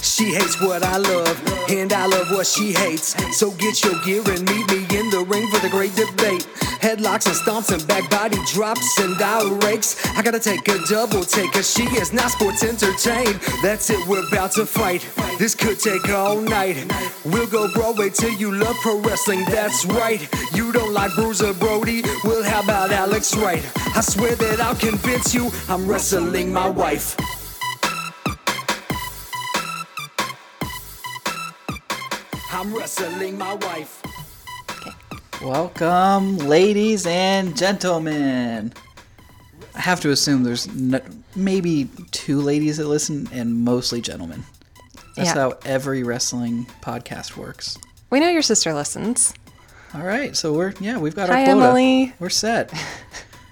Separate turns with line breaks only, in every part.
She hates what I love, and I love what she hates. So get your gear and meet me in the ring for the great debate. Headlocks and stomps and back body drops and I rakes. I gotta take a double take, cause she is not sports entertained. That's it, we're about to fight. This could take all night. We'll go Broadway till you love pro wrestling, that's right. You don't like Bruiser Brody? Well, how about Alex Wright? I swear that I'll convince you I'm wrestling my wife. I'm wrestling my wife.
Welcome, ladies and gentlemen. I have to assume there's n- maybe two ladies that listen and mostly gentlemen. That's
Yeah.
how every wrestling podcast works.
We know your sister listens.
All right, so we're yeah, we've got our
Hi,
quota.
Emily.
We're set.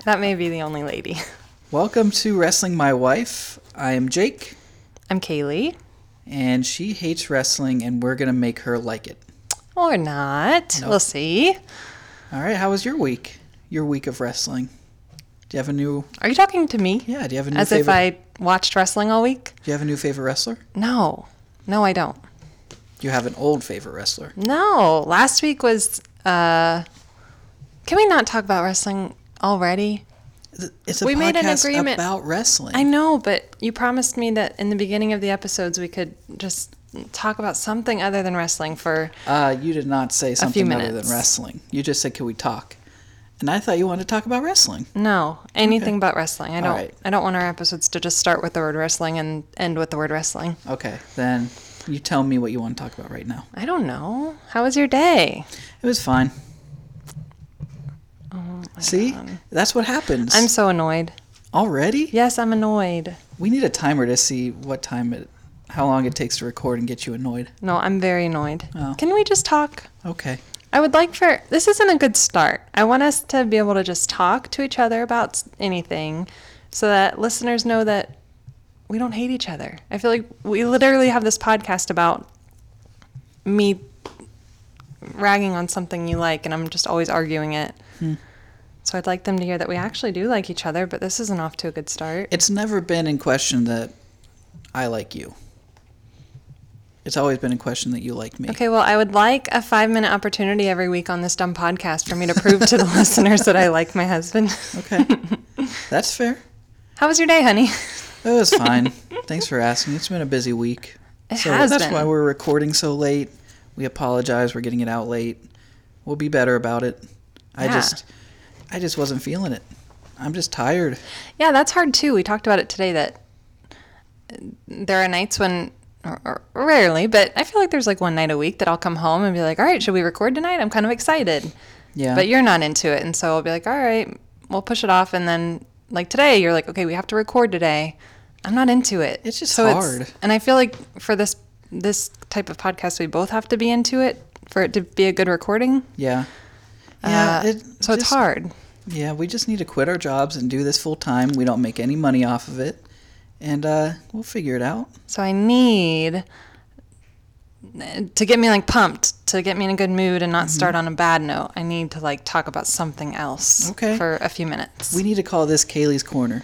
That may be the only lady.
Welcome to Wrestling My Wife. I am Jake,
I'm Kaylee.
and she hates wrestling, and we're gonna make her like it.
Or not. We'll see.
All right, how was your week? Your week of wrestling? Do you have a new?
Are you talking to me?
Yeah, do you have a new
As
favorite?
if I watched wrestling all week?
Do you have a new favorite wrestler?
No. No, I don't.
You have an old favorite wrestler.
No. Last week was uh Can we not talk about wrestling already?
It's a
We
podcast
made an agreement-
about wrestling.
I know, but you promised me that in the beginning of the episodes we could just talk about something other than wrestling for
uh, you did not say something other than
minutes.
wrestling. You just said, "Can we talk?" And I thought you wanted to talk about wrestling.
no, anything but wrestling. I don't
right.
I don't want our episodes to just start with the word wrestling and end with the word wrestling.
Okay, then you tell me what you want to talk about right now.
I don't know. How was your day?
It was fine. See, that's what happens.
Oh I'm so annoyed.
already.
Yes, I'm annoyed.
We need a timer to see what time it, how long it takes to record and get you annoyed.
No, I'm very annoyed.
Oh.
Can we just talk?
Okay.
I would like for this isn't a good start. I want us to be able to just talk to each other about s- anything so that listeners know that we don't hate each other. I feel like we literally have this podcast about me ragging on something you like and I'm just always arguing it. So I'd like them to hear that we actually do like each other, but this isn't off to a good start.
It's never been in question that I like you. It's always been in question that you like me.
Okay, well, I would like a five minute opportunity every week on this dumb podcast for me to prove to the listeners that I like my husband.
Okay. That's fair.
How was your day, honey?
It was fine. Thanks for asking. It's been a busy week.
It
so
has
that's
been.
why we're recording so late. We apologize. We're getting it out late. We'll be better about it. I
Yeah.
just I just wasn't feeling it. I'm just tired.
Yeah, that's hard too. We talked about it today that there are nights when, or, or rarely, but I feel like there's like one night a week that I'll come home and be like, all right, should we record tonight? I'm kind of excited.
Yeah.
But you're not into it. And so I'll be like, all right, we'll push it off. And then like today, you're like, okay, we have to record today. I'm not into it.
It's just hard.
and I feel like for this this type of podcast, we both have to be into it for it to be a good recording.
yeah. Yeah,
Uh,
it
so it's
just-
hard.
Yeah, we just need to quit our jobs and do this full time. We don't make any money off of it. And uh, we'll figure it out.
So I need to get me like pumped, to get me in a good mood
Mm-hmm.
and not start on a bad note. I need to like talk about something else
Okay.
for a few minutes.
We need to call this Kaylee's Corner.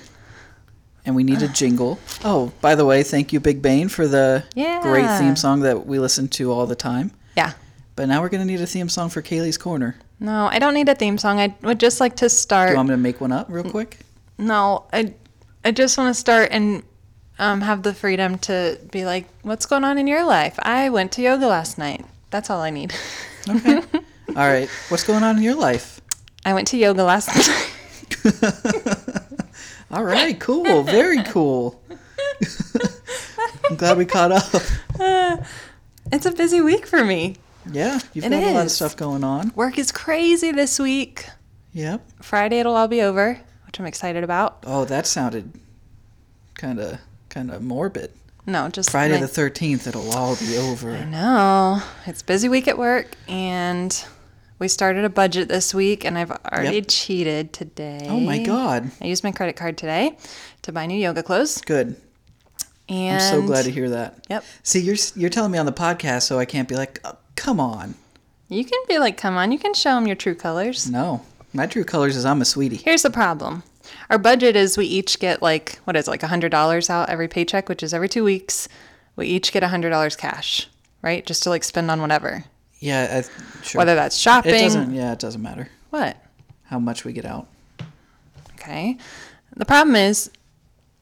And we need a jingle. Oh, by the way, thank you, Big Bane, for the great
Yeah.
theme song that we listen to all the time.
yeah.
But now we're going to need a theme song for Kaylee's Corner.
No, I don't need a theme song. I would just like to
Do
start.
you want me to make one up real quick?
no, I I just want to start and um, have the freedom to be like, what's going on in your life? I went to yoga last night. That's all I need.
Okay. all right. What's going on in your life?
I went to yoga last night.
All right. Cool. Very cool. I'm glad we caught up.
It's a busy week for me.
Yeah. You've
It
got a lot of
is.
stuff going on.
Work is crazy this week.
Yep.
Friday it'll all be over, which I'm excited about.
Oh, that sounded kind of kind of morbid.
No, just
Friday
like,
the 13th, it'll all be over.
No, it's busy week at work, and we started a budget this week, and I've already
Yep.
cheated today.
Oh my god.
I used my credit card today to buy new yoga clothes,
Good.
and
I'm so glad to hear that.
Yep,
See, you're s- you're telling me on the podcast so I can't be like, oh, "Come on."
you can be like, come on, you can show them your true colors.
No. My true colors is I'm a sweetie.
Here's the problem. Our budget is we each get like what is it, like $100 out every paycheck, which is every 2 weeks. we each get $100 cash, right? Just to like spend on whatever.
Yeah, I, sure.
Whether that's shopping.
it doesn't. Yeah, it doesn't matter
What?
how much we get out.
Okay. The problem is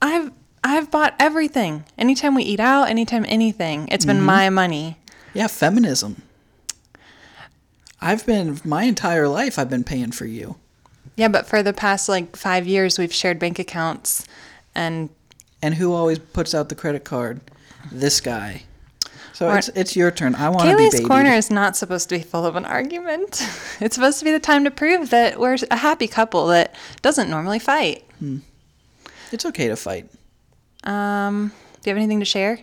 I've I've bought everything. Anytime we eat out, anytime anything, it's been my money.
Yeah, feminism. I've been my entire life. I've been paying for you.
Yeah, but for the past like 5 years we've shared bank accounts and
And who always puts out the credit card? This guy. So
Or-
it's it's your turn. I want to be
Kaylee's
baby.
corner is not supposed to be full of an argument. It's supposed to be the time to prove that we're a happy couple that doesn't normally fight.
It's okay to fight.
Um, do you have anything to share?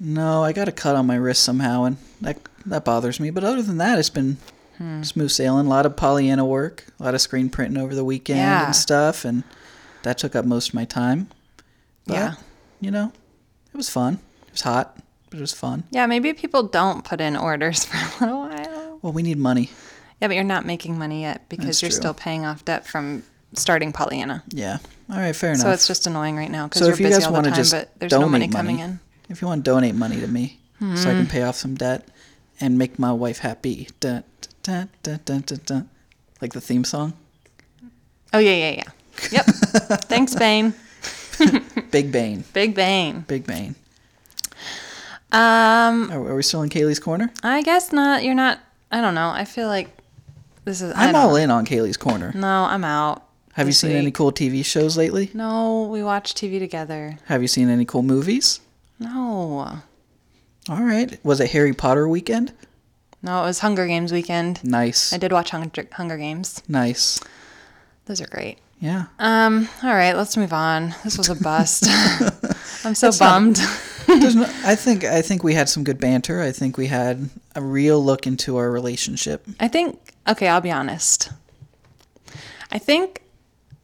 No, I got a cut on my wrist somehow, and that that bothers me. But other than that, it's been
Hmm.
smooth sailing. A lot of Pollyanna work, a lot of screen printing over the weekend
Yeah.
and stuff, and that took up most of my time. But,
Yeah.
you know, it was fun. It was hot, but it was fun.
Yeah, maybe people don't put in orders for a little while.
Well, we need money.
Yeah, but you're not making money yet because
That's
you're
true.
still paying off debt from starting Pollyanna.
Yeah. All right. Fair enough.
So it's just annoying right now because
So
you're
if you
busy
guys
all the
want to
time,
just
but there's
donate
no money, coming in. Hmm.
If you want to donate money to me, so I can pay off some debt and make my wife happy. Dun, dun, dun, dun, dun, dun. Like the theme song,
Oh yeah, yeah, yeah. Yep. Thanks, Bane.
Big Bane.
Big Bane.
Big Bane.
Um,
Are, are we still in Kaylee's corner?
I guess not. You're not. I don't know. I feel like this is. I
I'm
don't-
all in on Kaylee's corner.
No, I'm out.
Have you
this
seen any
week.
cool TV shows lately?
No, we watch TV together.
Have you seen any cool movies?
No,
All right. Was it Harry Potter weekend?
no. It was Hunger Games weekend.
Nice.
I did watch Hunger, Hunger Games.
Nice.
Those are great.
Yeah.
Um. All right, let's move on. This was a bust. I'm so bummed.
There's no, I think I think we had some good banter. I think we had a real look into our relationship.
I think. Okay, I'll be honest. I think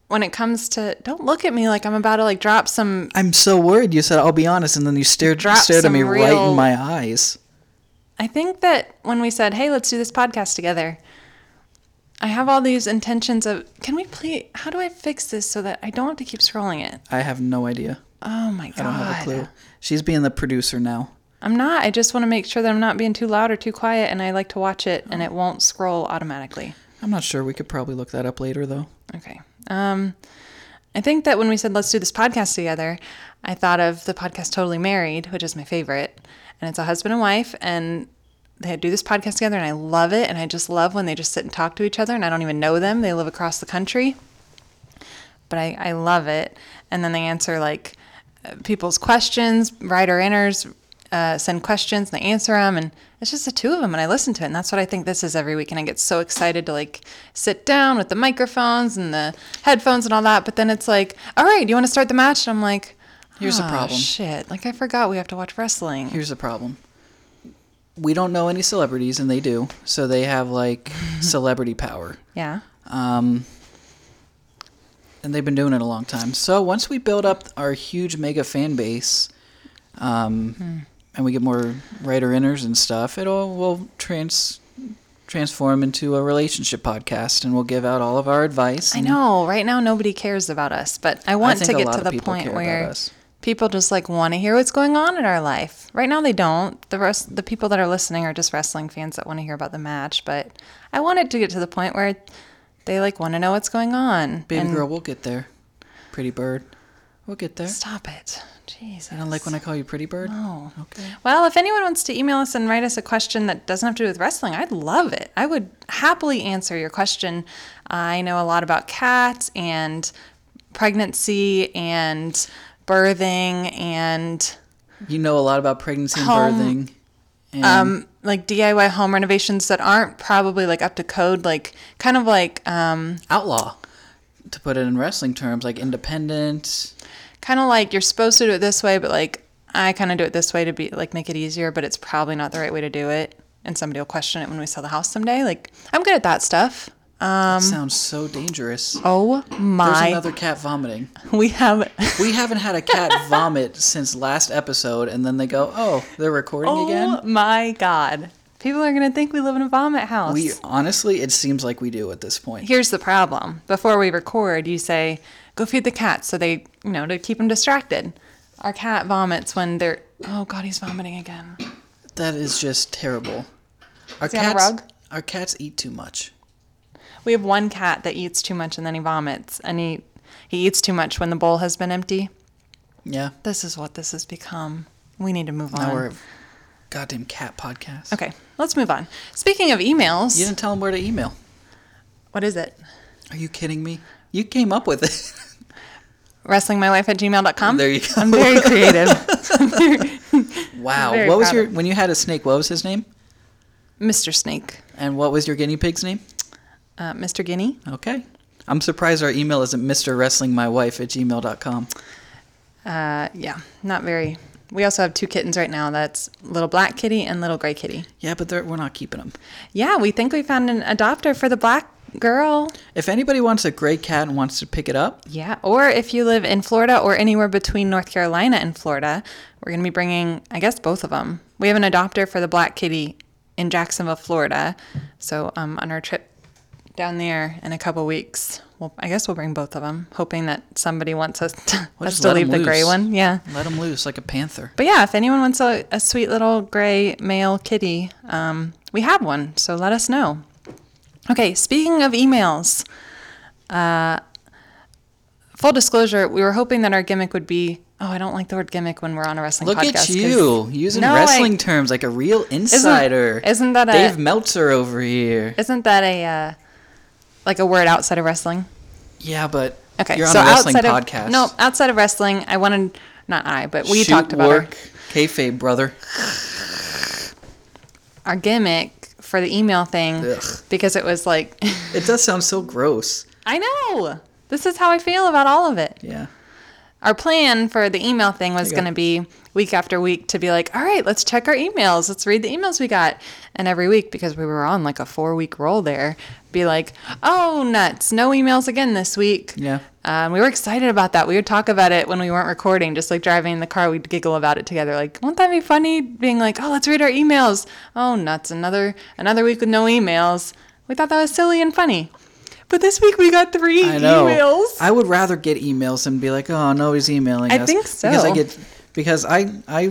when it comes to don't look at me like I'm about to like drop some
I'm so worried. You said I'll be honest, and then you stared
Drop
stared at
some
me right in
real-
my eyes.
I think that when we said, "Hey, let's do this podcast together," I have all these intentions of, "Can we please? How do I fix this so that I don't have to keep scrolling it?"
I have no idea.
Oh my god!
I don't have a clue. She's being the producer now.
I'm not. I just want to make sure that I'm not being too loud or too quiet, and I like to watch it, and it won't scroll automatically.
I'm not sure. We could probably look that up later, though.
Okay. Um, I think that when we said let's do this podcast together, I thought of the podcast Totally Married, which is my favorite, and it's a husband and wife, and they do this podcast together, and I love it, and I just love when they just sit and talk to each other, and I don't even know them. They live across the country, but I, I love it, and then they answer like uh, people's questions, writer inners. Uh, send questions and they answer them and it's just the two of them and i listen to it and that's what i think this is every week and i get so excited to like sit down with the microphones and the headphones and all that but then it's like all right do you want to start the match and i'm like
Here's the
"Ah,
problem.
shit like i forgot we have to watch wrestling
Here's the problem. We don't know any celebrities, and they do, so they have like celebrity power,
yeah
and they've been doing it a long time. So once we build up our huge mega fan base,
Hmm.
um, and we get more writer inners and stuff, it all will trans transform into a relationship podcast, and we'll give out all of our advice.
i
and-
know right now nobody cares about us but i want
think
to
a
get
lot
to
of
the
people care
point
about
where
us.
people just like want to hear what's going on in our life right now they don't the rest the people that are listening are just wrestling fans that want to hear about the match but i wanted to get to the point where they like want to know what's going on
Baby
and
girl, we'll get there. Pretty bird, we'll get there.
stop it jesus
I don't like when I call you pretty bird.
Oh.
Okay.
Well, if anyone wants to email us and write us a question that doesn't have to do with wrestling, I'd love it. I would happily answer your question. I know a lot about cats and pregnancy and birthing and
You know a lot about pregnancy and
Home-
birthing. And
um, like DIY home renovations that aren't probably like up to code, like kind of like um
outlaw, to put it in wrestling terms, like independent.
kind of like you're supposed to do it this way, but like I kind of do it this way to be like make it easier, but it's probably not the right way to do it. And somebody will question it when we sell the house someday. Like I'm good at that stuff.
That
Um,
sounds so dangerous.
Oh
There's
my!
another cat vomiting.
we have.
We haven't had a cat vomit since last episode, and then they go, "Oh, they're recording
Oh
again."
my god! People are gonna think we live in a vomit house.
We honestly, it seems like we do at this point.
Here's the problem. Before we record, you say, "Go feed the cats," so they, you know, to keep them distracted. Our cat vomits when they're. Oh God, he's vomiting again.
That is just terrible. Our
he on a
cats,
rug?
our cats eat too much.
We have one cat that eats too much and then he vomits, and he he eats too much when the bowl has been empty.
Yeah.
This is what this has become. We need to move
Now
on.
we're a goddamn cat podcast.
okay, let's move on. Speaking of emails,
You didn't tell them where to email.
what is it?
Are you kidding me? You came up with it.
WrestlingMyLife at gmail.com.
There you go.
I'm very creative.
Wow.
Very
What was
proud
your
of-
when you had a snake? What was his name?
Mr. Snake,
And what was your guinea pig's name?
uh, Mr. Guinea.
Okay. I'm surprised our email isn't Mr. Wrestling My Wife at gmail.com.
Uh, yeah, not very. We also have two kittens right now. That's little black kitty and little gray kitty.
Yeah, but they're- we're not keeping them.
Yeah, we think we found an adopter for the black girl.
If anybody wants a gray cat and wants to pick it up,
Yeah, or if you live in Florida or anywhere between North Carolina and Florida, we're going to be bringing, I guess, both of them. We have an adopter for the black kitty in Jacksonville, Florida. So um, on our trip down there in a couple weeks, we'll, I guess we'll bring both of them, hoping that somebody wants us to,
We'll
us
just
to
let
leave
'em
the gray
loose.
one. Yeah.
let them loose like a panther.
But yeah, if anyone wants a, a sweet little gray male kitty, um, we have one. So let us know. Okay, speaking of emails, uh, full disclosure, we were hoping that our gimmick would be. Oh, I don't like the word gimmick when we're on a wrestling
Look
podcast.
at
'cause-
you using
No, I-
wrestling terms like a real insider.
isn't that a-
Dave Meltzer over here?
Isn't that a uh, like a word outside of wrestling?
Yeah, but
Okay,
you're on
so
a wrestling
outside
podcast.
of no, outside of wrestling, I wanted not I, but we
Shoot,
talked about our-
work, kayfabe, brother.
our gimmick for the email thing
Ugh.
because it was like
It does sound so gross.
I know. This is how I feel about all of it.
Yeah.
Our plan for the email thing was
Okay.
going to be week after week to be like, all right, let's check our emails. Let's read the emails we got. And every week, because we were on like a four week roll there, be like, oh, nuts, no emails again this week.
Yeah.
Um, we were excited about that. We would talk about it when we weren't recording, just like driving in the car, we'd giggle about it together. Like, won't that be funny? Being like, oh, let's read our emails. Oh, nuts! Another another week with no emails. We thought that was silly and funny, but this week we got three
I know.
emails.
I would rather get emails than be like, oh, no, he's emailing
I
us.
think
Because I
so.
get because I I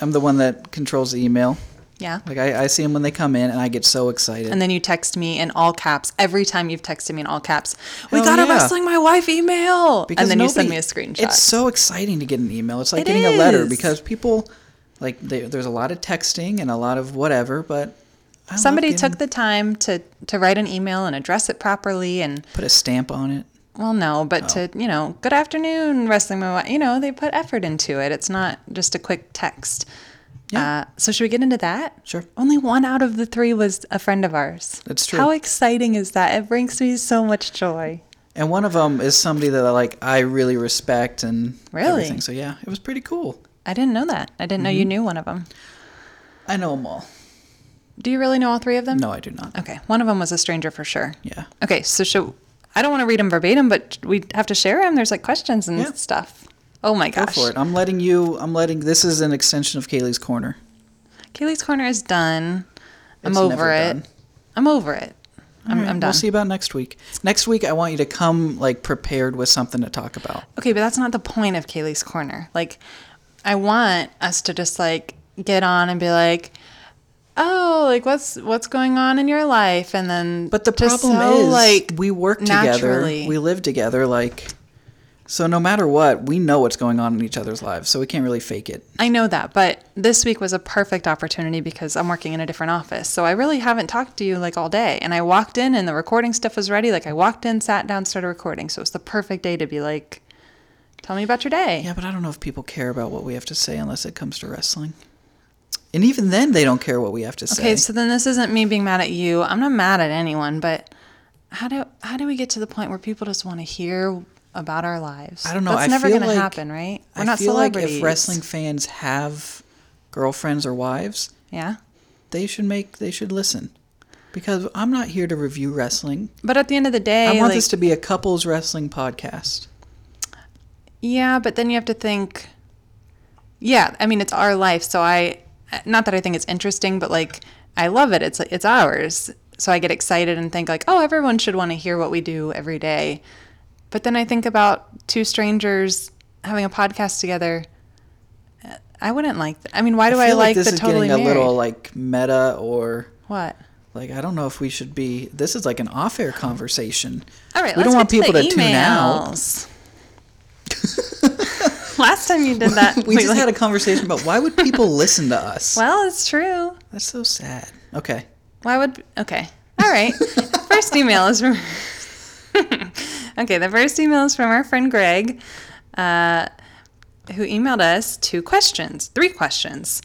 am the one that controls the email.
yeah.
Like I, I see them when they come in, and I get so excited.
And then you text me in all caps every time you've texted me in all caps. We
Hell
got a
yeah.
wrestling my wife email,
because
and then you send me
nobody-
a screenshot.
It's so exciting to get an email. It's like
It
getting a letter
is.
because people like they, there's a lot of texting and a lot of whatever, but I love
Somebody
getting-
took the time to to write an email and address it properly and
put a stamp on it.
Well, no, but
Oh.
to you know, good afternoon, wrestling. Mama," You know, they put effort into it. It's not just a quick text.
Yeah.
Uh, so should we get into that?
Sure.
Only one out of the three was a friend of ours.
That's true.
How exciting is that? It brings me so much joy.
And one of them is somebody that I like I really respect and
Really?
everything. So yeah, it was pretty cool.
I didn't know that. I didn't know
Mm-hmm.
you knew one of them.
I know them all.
Do you really know all three of them?
No, I do not.
Okay, one of them was a stranger for sure.
Yeah.
Okay, so should, I don't want to read them verbatim, but we have to share them. There's like questions and
Yeah.
stuff. Oh my
Go
gosh.
for it. I'm letting you. I'm letting. This is an extension of Kaylee's corner.
Kaylee's corner is done. I'm
It's
over
never
it.
done.
I'm over it. I'm,
All right,
I'm done.
We'll see about next week. Next week, I want you to come like prepared with something to talk about.
Okay, but that's not the point of Kaylee's corner. Like, I want us to just like get on and be like, oh, like what's what's going on in your life, and then
But the
just
problem
so,
is,
like
we work
naturally.
together. We live together. Like, so no matter what, we know what's going on in each other's lives. So we can't really fake it.
I know that, but this week was a perfect opportunity because I'm working in a different office. So I really haven't talked to you like all day. And I walked in and the recording stuff was ready. Like I walked in, sat down, started recording. So it's the perfect day to be like, tell me about your day.
Yeah, but I don't know if people care about what we have to say unless it comes to wrestling. And even then, they don't care what we have to say.
Okay, so then this isn't me being mad at you. I'm not mad at anyone, but how do how do we get to the point where people just want to hear about our lives?
I don't know.
That's
I
never
feel
gonna
like-
happen, right? We're
I
not
feel like
celebrities.
if wrestling fans have girlfriends or wives,
yeah.
they should make they should listen because I'm not here to review wrestling.
But at the end of the day,
I want
like-
this to be a couples wrestling podcast.
Yeah, but then you have to think. Yeah, I mean it's our life, so I not that I think it's interesting, but like I love it. It's it's ours. So I get excited and think like, "Oh, everyone should want to hear what we do every day." But then I think about two strangers having a podcast together I wouldn't like. Th- I mean, why do I,
feel
like,
this
the
is
totally
getting a
married?
little like meta or
what?
like I don't know if we should be. This is like an off-air conversation.
All right,
we
let's
don't want
get
people
to,
to,
the
tune out.
emails. Last time you did that,
We just
like-
had a conversation about why would people listen to us?
Well, it's true.
That's so sad. Okay.
Why would? Okay. All right. first email is from. okay, the first email is from our friend Greg, uh, who emailed us two questions, three questions.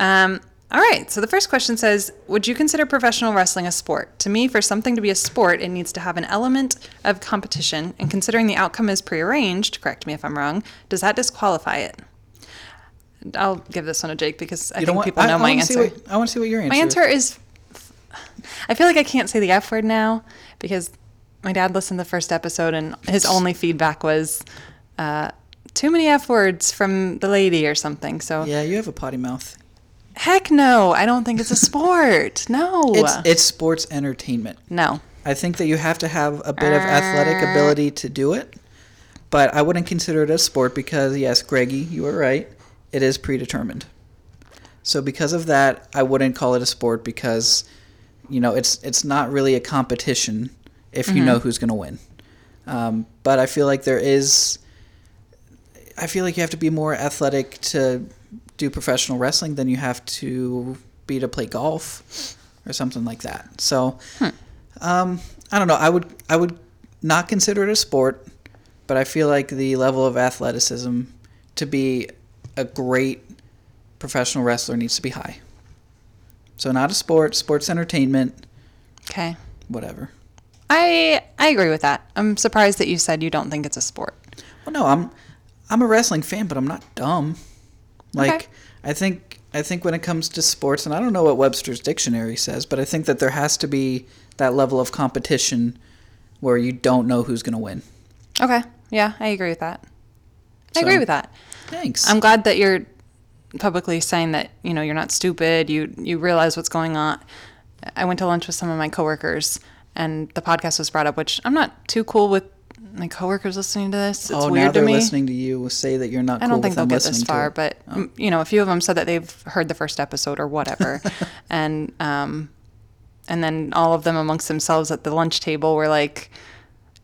Um, all right. So the first question says, "Would you consider professional wrestling a sport? To me, for something to be a sport, it needs to have an element of competition. And considering the outcome is prearranged, correct me if I'm wrong, does that disqualify it?" I'll give this one to Jake because I
You know
think
what?
people
I,
know
I
my
wanna
answer.
see what- I want to see what your answer.
My
is.
answer is I feel like I can't say the F word now because my dad listened to the first episode and his only feedback was uh, too many F words from the lady or something. So,
Yeah, you have a potty mouth.
heck no, I don't think it's a sport. No.
It's it's sports entertainment.
no.
I think that you have to have a bit of athletic ability to do it, but I wouldn't consider it a sport because, yes, Greggy, you are right. It is predetermined. So because of that, I wouldn't call it a sport because, you know, it's it's not really a competition if you know who's going to win. Um, but I feel like there is. I feel like you have to be more athletic to do professional wrestling than you have to be to play golf or something like that. So. Um, I don't know. I would I would not consider it a sport, but I feel like the level of athleticism to be a great professional wrestler needs to be high. So not a sport, sports entertainment,
Okay.
whatever.
I I agree with that. I'm surprised that you said you don't think it's a sport.
Well, no, I'm I'm a wrestling fan, but I'm not dumb. Like
Okay.
I think I think when it comes to sports, and I don't know what Webster's dictionary says, but I think that there has to be that level of competition where you don't know who's going to win.
Okay. Yeah, I agree with that. I agree
So-
with that.
Thanks.
I'm glad that you're publicly saying that you know you're not stupid. You you realize what's going on. I went to lunch with some of my coworkers, and the podcast was brought up, which I'm not too cool with my coworkers listening to this. It's
oh,
weird
now they're
to me.
listening to you say that you're not.
I
cool
don't think
with
they'll
them
get this
listening to
far,
it.
but m you know, a few of them said that they've heard the first episode or whatever, and um, and then all of them amongst themselves at the lunch table were like,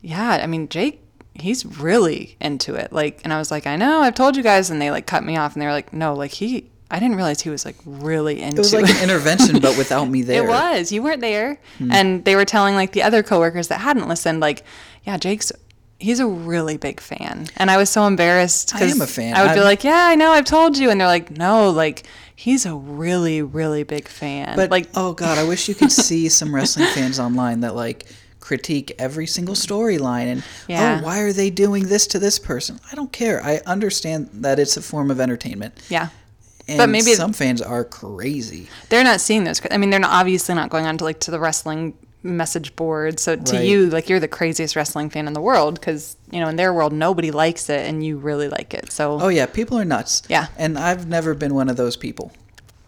"Yeah, I mean, Jake, he's really into it." Like, and I was like, "I know, I've told you guys," and they like cut me off, and they were like, "No, like he, I didn't realize he was like really into
it was like an intervention, but without me there. Hmm.
It was. You weren't there. And they were telling like the other coworkers that hadn't listened, like, yeah, Jake's he's a really big fan. And I was so embarrassed
I
'cause
am a fan.
I would be
I'm-
like, Yeah, I know, I've told you and they're like, No, like he's a really, really big fan.
But
like
like, oh god, I wish you could see some wrestling fans online that like critique every single storyline and
Yeah.
oh, why are they doing this to this person? I don't care. I understand that it's a form of entertainment.
yeah.
And
But maybe-
some fans are crazy.
They're not seeing those cra- I mean, they're not obviously not going on to like to the wrestling message board. So to
Right.
you, like you're the craziest wrestling fan in the world because, you know, in their world nobody likes it and you really like it. So
Oh yeah, people are nuts.
Yeah.
and I've never been one of those people.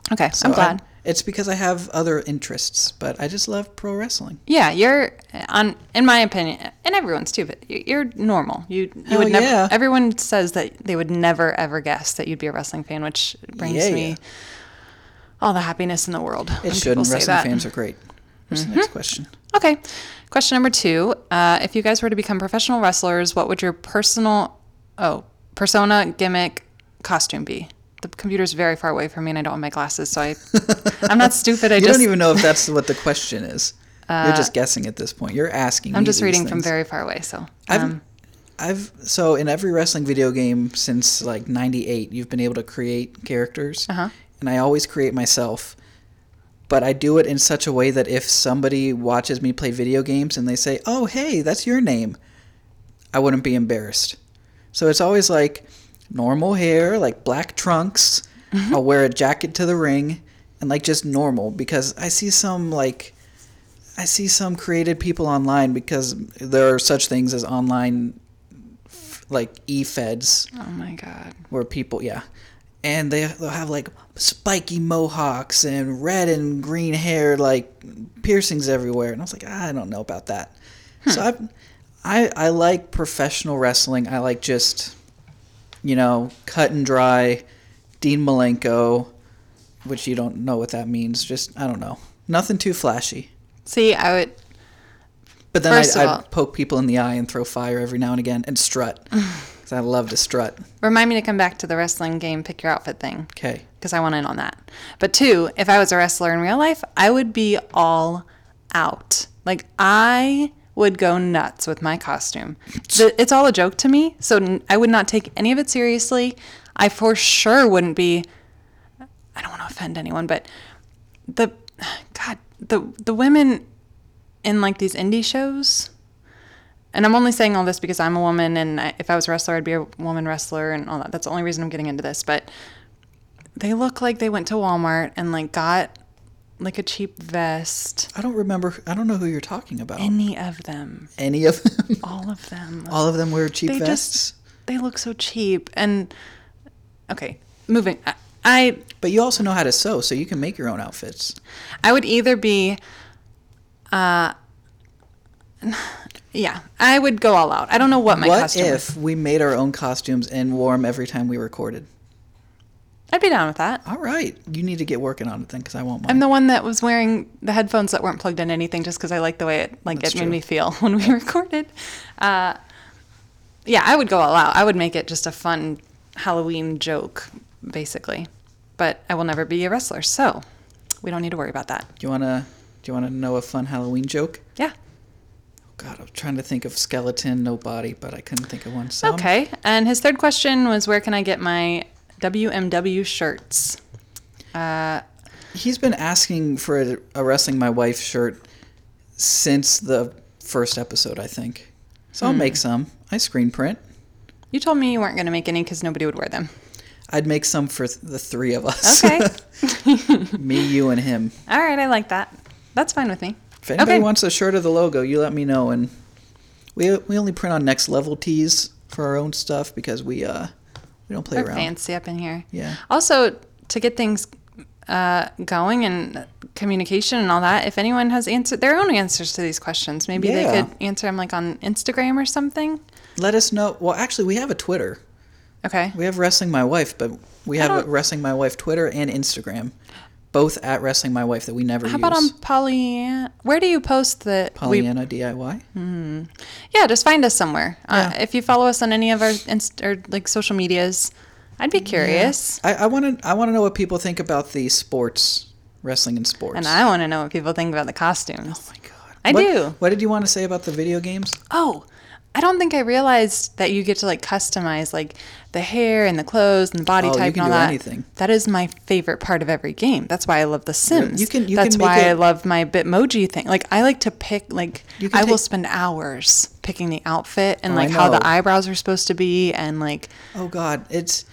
okay,
So
I'm glad.
it's because I have other interests, but I just love pro wrestling.
Yeah, you're on. In my opinion, and everyone's too, but you- you're normal. You you
Hell
would never.
yeah.
Everyone says that they would never ever guess that you'd be a wrestling fan, which brings
Yeah,
me
yeah.
all the happiness in the world. when
It
people
shouldn't.
say
Wrestling
that. Mm-hmm.
fans are great. What's the next question?
Okay. Question number two: uh, If you guys were to become professional wrestlers, what would your personal oh persona gimmick costume be? The computer's very far away from me, and I don't have my glasses, so I I'm not stupid. I
You
just Uh,
don't even know if that's what the question is. You're just guessing at this point. You're asking.
I'm
me
just
these
reading from
things.
very far away, so
I've, I've so in every wrestling video game since like '98, you've been able to create characters,
Uh-huh.
and I always create myself. But I do it in such a way that if somebody watches me play video games and they say, "Oh, hey, that's your name," I wouldn't be embarrassed. So it's always like normal hair, like black trunks. I'll wear a jacket to the ring and like just normal because I see some like I see some creative people online because there are such things as online f- like e-feds
oh my god.
where people yeah and they, they'll have like spiky mohawks and red and green hair like piercings everywhere and i was like i don't know about that so I've, i i like professional wrestling i like just you know cut and dry Dean Malenko, which you don't know what that means. Just I don't know. Nothing too flashy.
See, I would.
But then
First
I'd,
of
I'd
all-
poke people in the eye and throw fire every now and again and strut. 'Cause I love to strut.
Remind me to come back to the wrestling game pick your outfit thing
Okay.
because I want in on that. But two, if I was a wrestler in real life, I would be all out. Like I would go nuts with my costume. The, it's all a joke to me, so n- I would not take any of it seriously. I for sure wouldn't be. I don't want to offend anyone, but the God, the the women in like these indie shows. And I'm only saying all this because I'm a woman, and I, if I was a wrestler, I'd be a woman wrestler and all that. That's the only reason I'm getting into this. But they look like they went to Walmart and like got like a cheap vest.
I don't remember. I don't know who you're talking about.
Any of them,
Any of them?
all of them.
All of them wear cheap
they
vests.
just they look so cheap. And okay, moving. I, I
But you also know how to sew, so you can make your own outfits.
I would either be, uh, yeah, I would go all out. I don't know what my
what
costume. is.
if we made our own costumes and wore them every time we recorded?
I'd be down with that.
All right, you need to get working on it then, because I won't
I'm
mind.
the one that was wearing the headphones that weren't plugged in anything just because I liked the way it like
That's
it
true.
made me feel when we recorded. Uh, yeah, I would go all out. I would make it just a fun Halloween joke, basically. But I will never be a wrestler, so we don't need to worry about that.
do you wanna? Do you wanna know a fun Halloween joke?
Yeah.
God, I'm trying to think of skeleton, no body, but I couldn't think of one. So I'm-
okay. And his third question was, where can I get my WMW shirts?
He's been asking for a, a wrestling my wife shirt since the first episode, I think. So I'll
Hmm.
make some. I screen print.
You told me you weren't going to make any because nobody would wear them.
I'd make some for th- the three of us.
Okay.
me, you, and him.
all right. I like that. That's fine with me.
If anybody
Okay.
wants a shirt of the logo, you let me know. And we we only print on next level tees for our own stuff because we uh we don't play
We're
around.
fancy up in here.
Yeah.
Also, to get things uh, going and communication and all that, if anyone has answer their own answers to these questions, maybe
Yeah.
they could answer them like on Instagram or something.
Let us know. Well, actually, we have a Twitter.
Okay.
We have wrestling my wife, but we have a
don't-
wrestling my wife Twitter and Instagram, both at wrestling my wife that we never
How
use.
about on Pollyanna? Where do you post that? we,
Pollyanna DIY?
yeah, just find us somewhere. Uh,
Yeah.
if you follow us on any of our inst- or like social medias, I'd be curious,
I, I want to I want to know what people think about the sports wrestling and sports.
and I want to know what people think about the costumes.
Oh my god.
I
What-
do.
What did you want to say about the video games?
Oh, I don't think I realized that you get to like customize like the hair and the clothes and the body
Oh, you
type
can
and all
do
that.
anything.
That is my favorite part of every game. That's why I love The Sims.
You can- you
That's
can make
why I
it-
love my Bitmoji thing. Like I like to pick like
You can
I will
take-
spend hours picking the outfit and
Oh, I
like how
know.
the eyebrows are supposed to be and like
Oh god, it's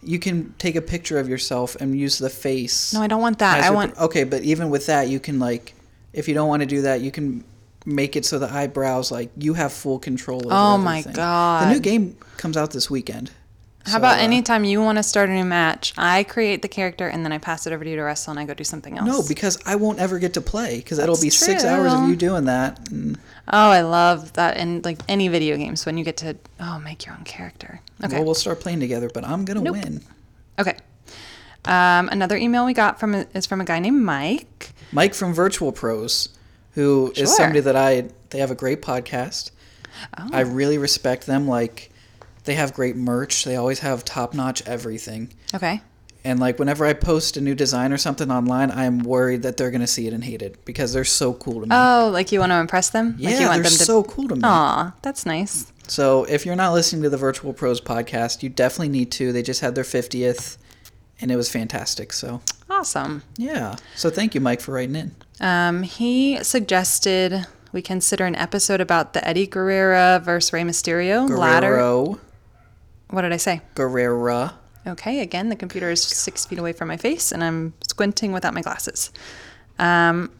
you can take a picture of yourself and use the face.
no, I don't want that.
as
I
your-
want
Okay, but even with that, you can like if you don't want to do that, you can make it so the eyebrows like you have full control over
Oh my
everything. The new
God.
game comes out this weekend.
How about
So, uh,
anytime you want to start a new match, I create the character and then I pass it over to you to wrestle and I go do something else.
No, because I won't ever get to play because it'll
That's
be six hours of
true.
you doing that. And
Oh, I love that in like any video games when you get to oh make your own character. Okay.
well, we'll start playing together, but I'm gonna
Nope.
win.
okay. Um, another email we got from a- is from a guy named Mike.
Mike from Virtual Pros, who is
Sure. Oh.
somebody that I they have a great podcast. I really respect them. Like they have great merch. They always have top notch everything.
Okay.
And like whenever I post a new design or something online, I am worried that they're gonna see it and hate it because they're so cool to me.
Oh, like you want to impress them?
yeah,
like you want
they're so cool to me.
Aw, that's nice.
So if you're not listening to the Virtual Pros podcast, you definitely need to. They just had their 50th, and it was fantastic. So
Awesome.
yeah. So thank you, Mike, for writing in.
Um, he suggested we consider an episode about the Eddie Guerrero versus Rey Mysterio ladder.
Guerrero,
What did I say?
Guerrera.
Okay, again, the computer is six feet away from my face and I'm squinting without my glasses. Um,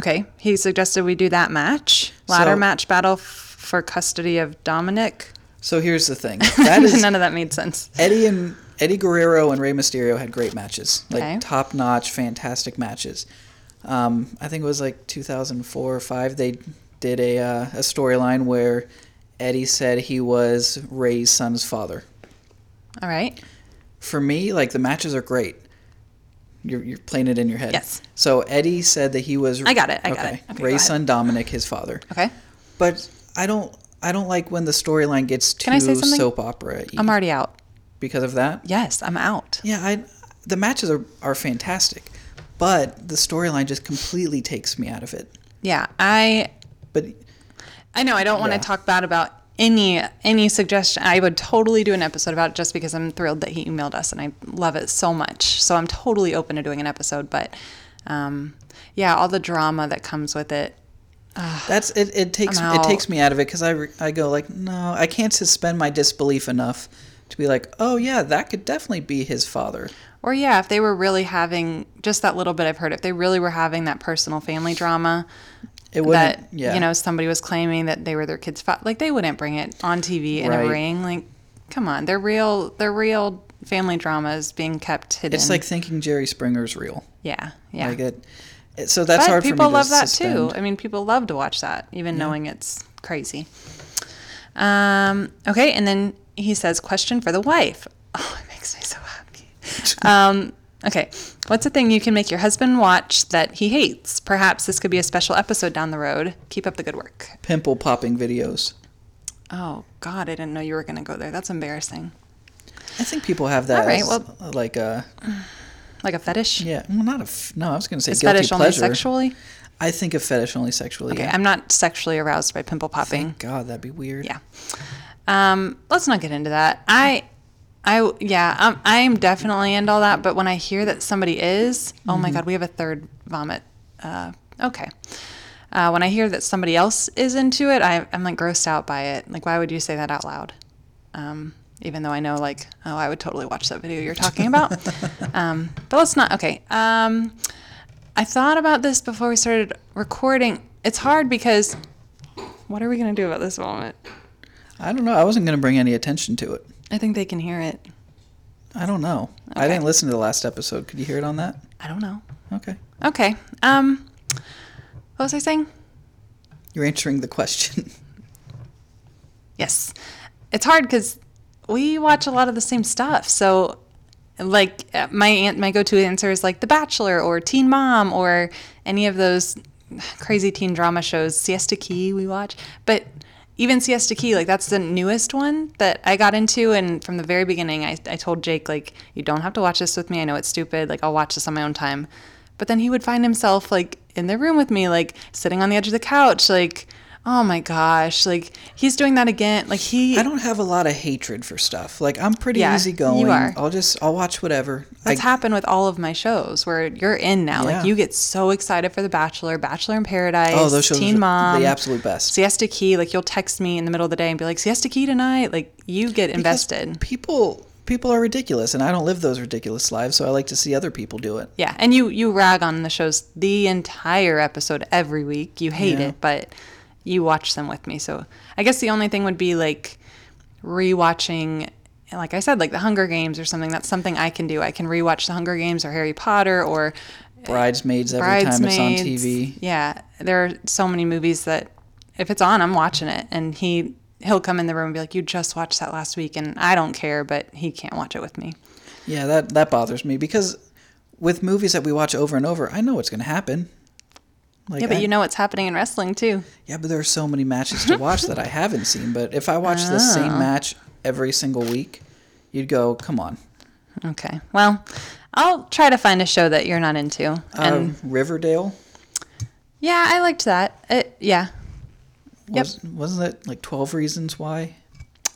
okay, he suggested we do that match ladder
So-
match battle f- for custody of Dominic.
So here's the thing. That is
None of that made sense.
Eddie and Eddie Guerrero and Rey Mysterio had great matches, like
Okay.
top notch, fantastic matches. Um, I think it was like 2004 or five. They did a uh, a storyline where Eddie said he was Rey's son's father.
All right.
for me, like the matches are great. You're, you're playing it in your head.
Yes.
So Eddie said that he was.
I got it, I got it. Okay, go
Ray's
ahead.
son Dominic, his father.
Okay.
But I don't. I don't like when the storyline gets too
Can I say something?
soap opera
I'm already out.
because of that.
Yes, I'm out.
Yeah, I the matches are, are fantastic, but the storyline just completely takes me out of it.
Yeah, I
But
I know I don't want
Yeah.
to talk bad about any any suggestion. I would totally do an episode about it just because I'm thrilled that he emailed us and I love it so much. So I'm totally open to doing an episode, but um, yeah, all the drama that comes with it.
that's it. It takes
I'm
it
out.
takes me out of it because I re- I go like no, I can't suspend my disbelief enough to be like oh yeah, that could definitely be his father.
Or yeah, if they were really having just that little bit I've heard, if they really were having that personal family drama
It wouldn't.
that
yeah,
you know somebody was claiming that they were their kids' fa- like they wouldn't bring it on TV in
Right.
a ring. Like, come on, they're real. They're real family drama is being kept hidden.
it's like thinking Jerry Springer's real.
yeah, yeah.
Like it. it- So that's
but
hard
people
for me
love
to
that
suspend.
too. I mean, people love to watch that, even knowing it's crazy. Um, okay, and then he says, "Question for the wife." Oh, it makes me so happy. um, okay, what's a thing you can make your husband watch that he hates? Perhaps this could be a special episode down the road. Keep up the good work.
Pimple popping videos.
Oh God, I didn't know you were going to go there. That's embarrassing.
I think people have that
All right,
as,
well-
like a
Like a fetish.
yeah. Well, not a f- no. I was gonna say
Is
guilty
fetish only
pleasure.
sexually?
I think of fetish only sexually.
Okay,
yeah.
I'm not sexually aroused by pimple popping.
God, that'd be weird.
yeah um let's not get into that i i yeah i'm i'm definitely into all that but when i hear that somebody is oh my god we have a third vomit uh okay uh, when I hear that somebody else is into it, I, I'm like grossed out by it. Like, why would you say that out loud? Um, even though I know, like, oh, I would totally watch that video you're talking about. um, but let's not. Okay. Um, I thought about this before we started recording. It's hard because what are we going to do about this vomit?
I don't know. I wasn't going to bring any attention to it.
I think they can hear it.
I don't know. I didn't listen to the last episode. Could you hear it on that?
I don't know.
Okay.
Okay. Um, what was I saying?
You're answering the question.
Yes. It's hard because we watch a lot of the same stuff. So, like, uh, my aunt, my go-to answer is like The Bachelor or Teen Mom or any of those crazy teen drama shows. Siesta Key we watch, but even Siesta Key, like that's the newest one that I got into. And from the very beginning, I, I told Jake like, you don't have to watch this with me. I know it's stupid. Like, I'll watch this on my own time. But then he would find himself like in the room with me, like sitting on the edge of the couch, like. Oh my gosh! Like he's doing that again. Like he.
I don't have a lot of hatred for stuff. Like I'm pretty
Yeah,
easygoing.
you are.
I'll just I'll watch whatever.
That's
I,
happened with all of my shows where you're in now.
Yeah.
Like you get so excited for The Bachelor, Bachelor in Paradise,
oh, those shows
Teen
are
Mom,
the absolute best.
Siesta Key. Like you'll text me in the middle of the day and be like, Siesta Key tonight. Like you get
Because
invested.
People people are ridiculous, and I don't live those ridiculous lives, so I like to see other people do it.
Yeah, and you you rag on the shows the entire episode every week. You hate
Yeah.
it, but you watch them with me. So I guess the only thing would be like rewatching. Like I said, like the Hunger Games or something. That's something I can do. I can rewatch the Hunger Games or Harry Potter or
Bridesmaids every time it's on TV.
Yeah, there are so many movies that if it's on, I'm watching it. And he he'll come in the room and be like, "You just watched that last week," and I don't care, but he can't watch it with me.
Yeah, that that bothers me because with movies that we watch over and over, I know what's going to happen. Like,
Yeah, but
I-
you know what's happening in wrestling too.
Yeah, but there are so many matches to watch that I haven't seen. But if I watched the
Ah.
same match every single week, you'd go, come on.
Okay, well, I'll try to find a show that you're not into.
Um,
And
Riverdale?
yeah, I liked that. It, yeah, Yep.
Was, Wasn't that like 12 Reasons Why?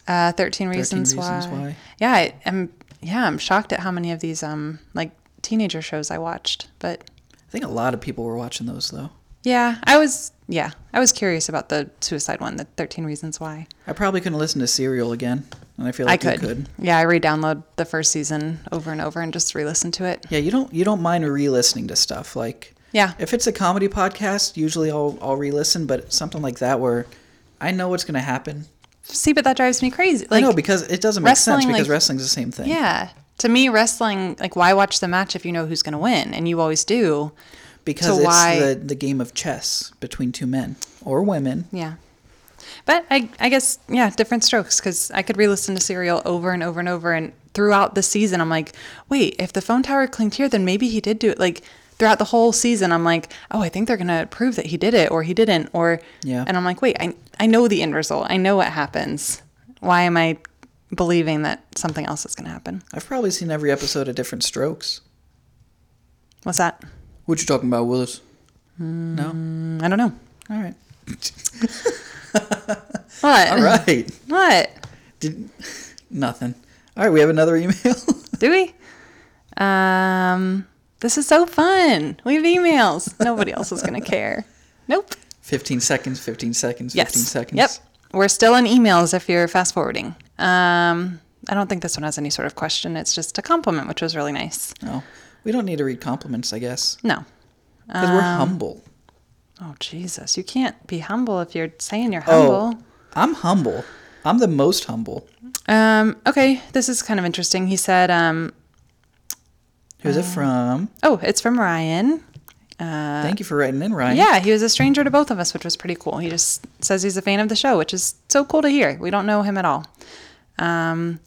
uh, Thirteen Reasons,
Reasons
why.
Why.
Yeah, I, I'm. Yeah, I'm shocked at how many of these um like teenager shows I watched, but
I think a lot of people were watching those, though.
Yeah, I was. Yeah, I was curious about the suicide one, the Thirteen Reasons Why.
I probably couldn't listen to Serial again. And I feel
I
like
could.
you could.
Yeah, I re-download the first season over and over and just re-listen to it.
Yeah, you don't you don't mind re-listening to stuff like
Yeah.
If it's a comedy podcast, usually I'll I'll re-listen, but something like that where I know what's going to happen.
See, but that drives me crazy.
I
Like,
know because it doesn't make sense
wrestling,
because
like-
wrestling's the same thing.
yeah, to me, wrestling like why watch the match if you know who's going to win, and you always do.
because
So
it's
why-
the, the game of chess between two men or women.
Yeah. But I, I guess yeah, different strokes because I could re-listen to Serial over and over and over, and throughout the season, I'm like, wait, if the phone tower clinked here, then maybe he did do it. Like throughout the whole season, I'm like, oh, I think they're gonna prove that he did it or he didn't, or
Yeah.
And I'm like, wait, I I know the end result. I know what happens. Why am I believing that something else is gonna happen?
I've probably seen every episode of Different Strokes.
What's that?
What you talking about, Willis? No.
Mm, I don't know.
All right.
What?
All right.
What?
Did nothing. All right, we have another email.
Do we? Um, this is so fun. We have emails. Nobody else is gonna care. Nope.
15 seconds, 15 seconds, 15
Yes.
seconds.
Yep. We're still in emails if you're fast forwarding. Um, I don't think this one has any sort of question. It's just a compliment, which was really nice.
Oh, we don't need to read compliments, I guess,
No.
because we're humble.
Oh Jesus, you can't be humble if you're saying you're
Oh,
humble.
I'm humble. I'm the most humble.
Um, okay, this is kind of interesting. He said, um,
Who's it from?
"Oh, it's from Ryan."
Thank you for writing in, Ryan.
Yeah, he was a stranger to both of us, which was pretty cool. He just says he's a fan of the show, which is so cool to hear. We don't know him at all. Um,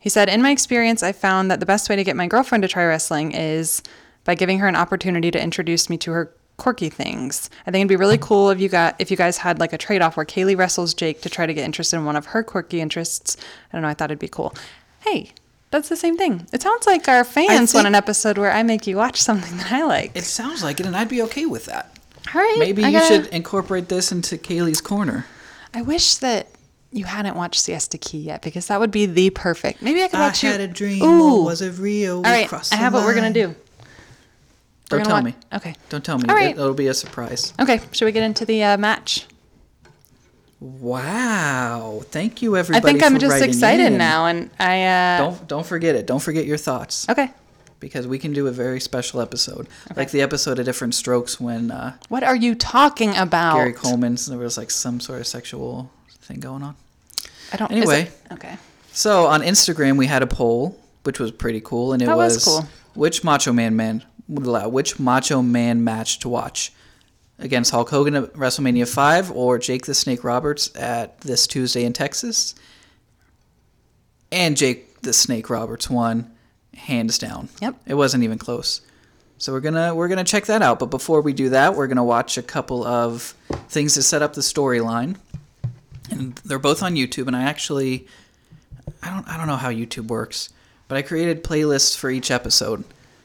he said, In my experience, I found that the best way to get my girlfriend to try wrestling is by giving her an opportunity to introduce me to her quirky things. I think it'd be really cool if you got if you guys had like a trade off where Kaylee wrestles Jake to try to get interested in one of her quirky interests. I don't know, I thought it'd be cool. Hey, that's the same thing. It sounds like our fans want
think-
an episode where I make you watch something that I like.
It sounds like it, and I'd be okay with that.
All right.
Maybe
I
you
gotta-
should incorporate this into Kaylee's corner.
I wish that you hadn't watched Siesta Key yet because that would be the perfect. Maybe I could
I
watch you.
had a dream.
Ooh.
Ooh. Was it real?
All right, I have what we're gonna do. We're
Don't tell
gonna
me.
wa- Okay.
Don't tell me.
All right.
It, will be a surprise.
Okay. Should we get into the uh, match?
Wow. Thank you,
I
everybody.
think I'm
for
just
writing
excited
in.
now, and I. Uh,
Don't don't forget it. Don't forget your thoughts
Okay.
because we can do a very special episode, like the episode of Different Strokes when uh,
What are you talking about?
Gary Coleman's there was like some sort of sexual thing going on.
I don't. is
Anyway.
it- okay.
So on Instagram, we had a poll, which was pretty cool, and it
That was cool.
which Macho Man man blah, which Macho Man match to watch against Hulk Hogan at WrestleMania Five or Jake the Snake Roberts at this Tuesday in Texas, and Jake the Snake Roberts won hands down.
Yep.
it wasn't even close. So we're gonna we're gonna check that out. But before we do that, we're gonna watch a couple of things to set up the storyline, and they're both on YouTube. And I actually. I don't I don't know how YouTube works, but I created playlists for each episode.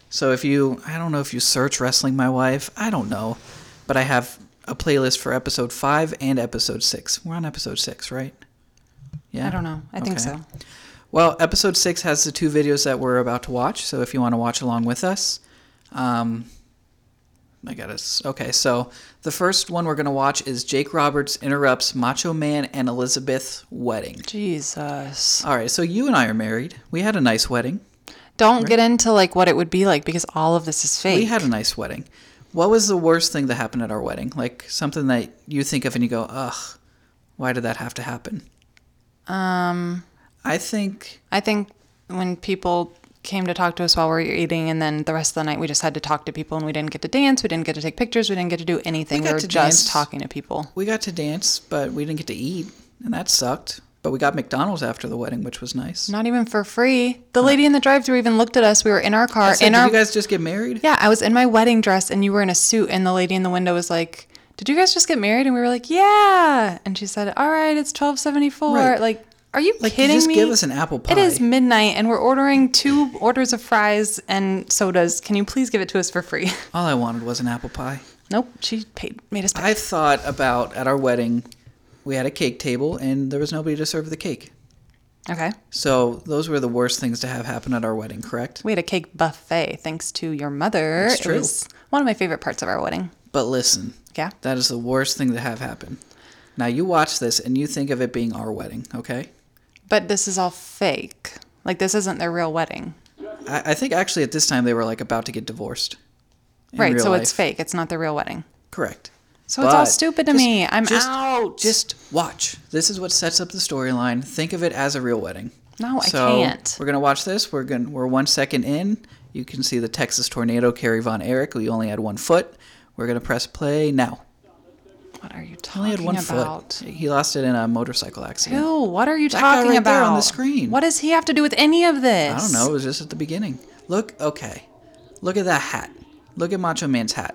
So if you I don't know if you search wrestling my wife, I don't know, but I have a playlist for episode 5 and episode 6. We're on episode 6, right? Yeah.
I don't know. I think
Okay.
so.
Well, episode 6 has the two videos that we're about to watch, so if you want to watch along with us, um I got it. Okay, so the first one we're going to watch is Jake Roberts interrupts Macho Man and Elizabeth wedding.
Jesus.
All right, so you and I are married. We had a nice wedding.
Don't get into like what it would be like because all of this is fake.
We had a nice wedding. What was the worst thing that happened at our wedding? Like something that you think of and you go, ugh, why did that have to happen?
um.
I think,
I think when people came to talk to us while we were eating, and then the rest of the night we just had to talk to people, and we didn't get to dance, we didn't get to take pictures, we didn't get to do anything.
We
We,
got
were
to
just
dance.
talking to people.
we got to dance, but we didn't get to eat, and that sucked. But we got McDonald's after the wedding, which was nice.
Not even for free. The lady in the drive-through even looked at us. We were in our car,
I said,
in
did
our
you guys just get married?
yeah. I was in my wedding dress, and you were in a suit, and the lady in the window was like. Did you guys just get married? And we were like, "Yeah." And she said, "All right, it's twelve seventy-four.
Right.
Like, are you
Like, you
kidding
just
me?
give us an apple
It is
pie.
midnight, and we're ordering two orders of fries and sodas. Can you please give it to us for free?"
All I wanted was an apple pie.
Nope, she paid, made us pay.
I thought about at our wedding, we had a cake table, and there was nobody to serve the cake.
okay.
So those were the worst things to have happen at our wedding, correct?
We had a cake buffet thanks to your mother.
That's true.
It was one of my favorite parts of our wedding.
But listen,
Yeah.
that is the worst thing to have happen. Now you watch this and you think of it being our wedding, okay?
But this is all fake. Like, this isn't their real wedding.
I, I think actually at this time they were like about to get divorced. in
right,
real
so
life.
it's fake. It's not their real wedding.
Correct.
So it's all
But
stupid to
just-
me. I'm
just,
out.
Just watch. This is what sets up the storyline. Think of it as a real wedding.
No, I
So,
can't.
We're gonna watch this. We're going to we're one second in. You can see the Texas tornado carry Von Erich. We only had one foot. We're gonna press play now.
What are you talking
He only had one
about?
foot. He lost it in a motorcycle accident.
Ew, what are you
That guy
talking
right
about?
there on the screen.
What does he have to do with any of this?
I don't know. It was just at the beginning. Look, okay. Look at that hat. Look at Macho Man's hat.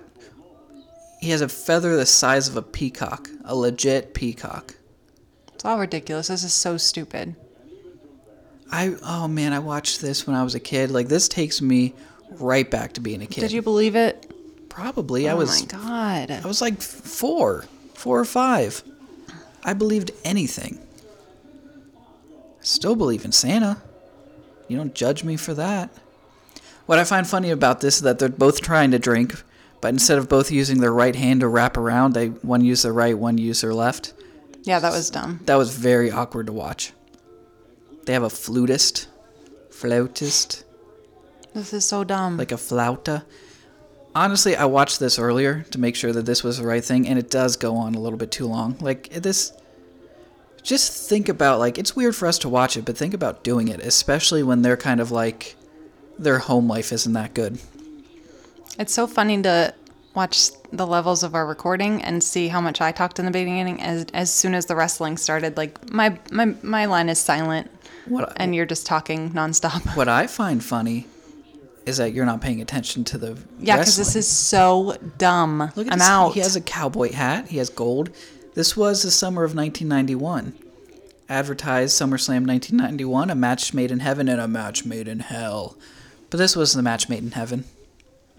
He has a feather the size of a peacock, a legit peacock.
It's all ridiculous. This is so stupid.
I oh man, I watched this when I was a kid. Like this takes me right back to being a kid.
Did you believe it?
Probably. I
oh
was
my god.
I was like f- four, four or five. I believed anything. I still believe in Santa. You don't judge me for that. What I find funny about this is that they're both trying to drink, but instead of both using their right hand to wrap around, they one used their right, one used their left.
Yeah, that was dumb.
That was very awkward to watch. They have a flutist, flautist
This is so dumb.
like a flauta. Honestly, I watched this earlier to make sure that this was the right thing, and it does go on a little bit too long. Like this, just think about like it's weird for us to watch it, but think about doing it, especially when they're kind of like their home life isn't that good.
It's so funny to watch the levels of our recording and see how much I talked in the beginning as as soon as the wrestling started. Like my my my line is silent
What
and you're just talking nonstop.
what I find funny is that you're not paying attention to the
Yeah, because this
wrestling.
is so dumb.
Look at
I'm
this.
out.
He has a cowboy hat. He has gold. This was the summer of 1991. Advertised SummerSlam 1991, a match made in heaven and a match made in hell. But this was the match made in heaven.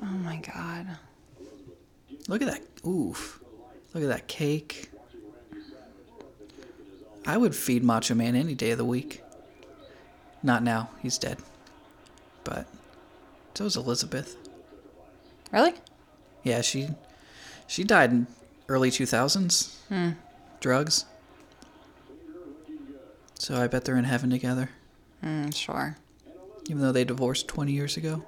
oh my god.
Look at that. Oof. Look at that cake. I would feed Macho Man any day of the week. Not now. He's dead. But so is Elizabeth.
Really?
Yeah, she she died in early 2000s.
Hmm.
Drugs. So I bet they're in heaven together,
Mm, sure.
even though they divorced 20 years ago.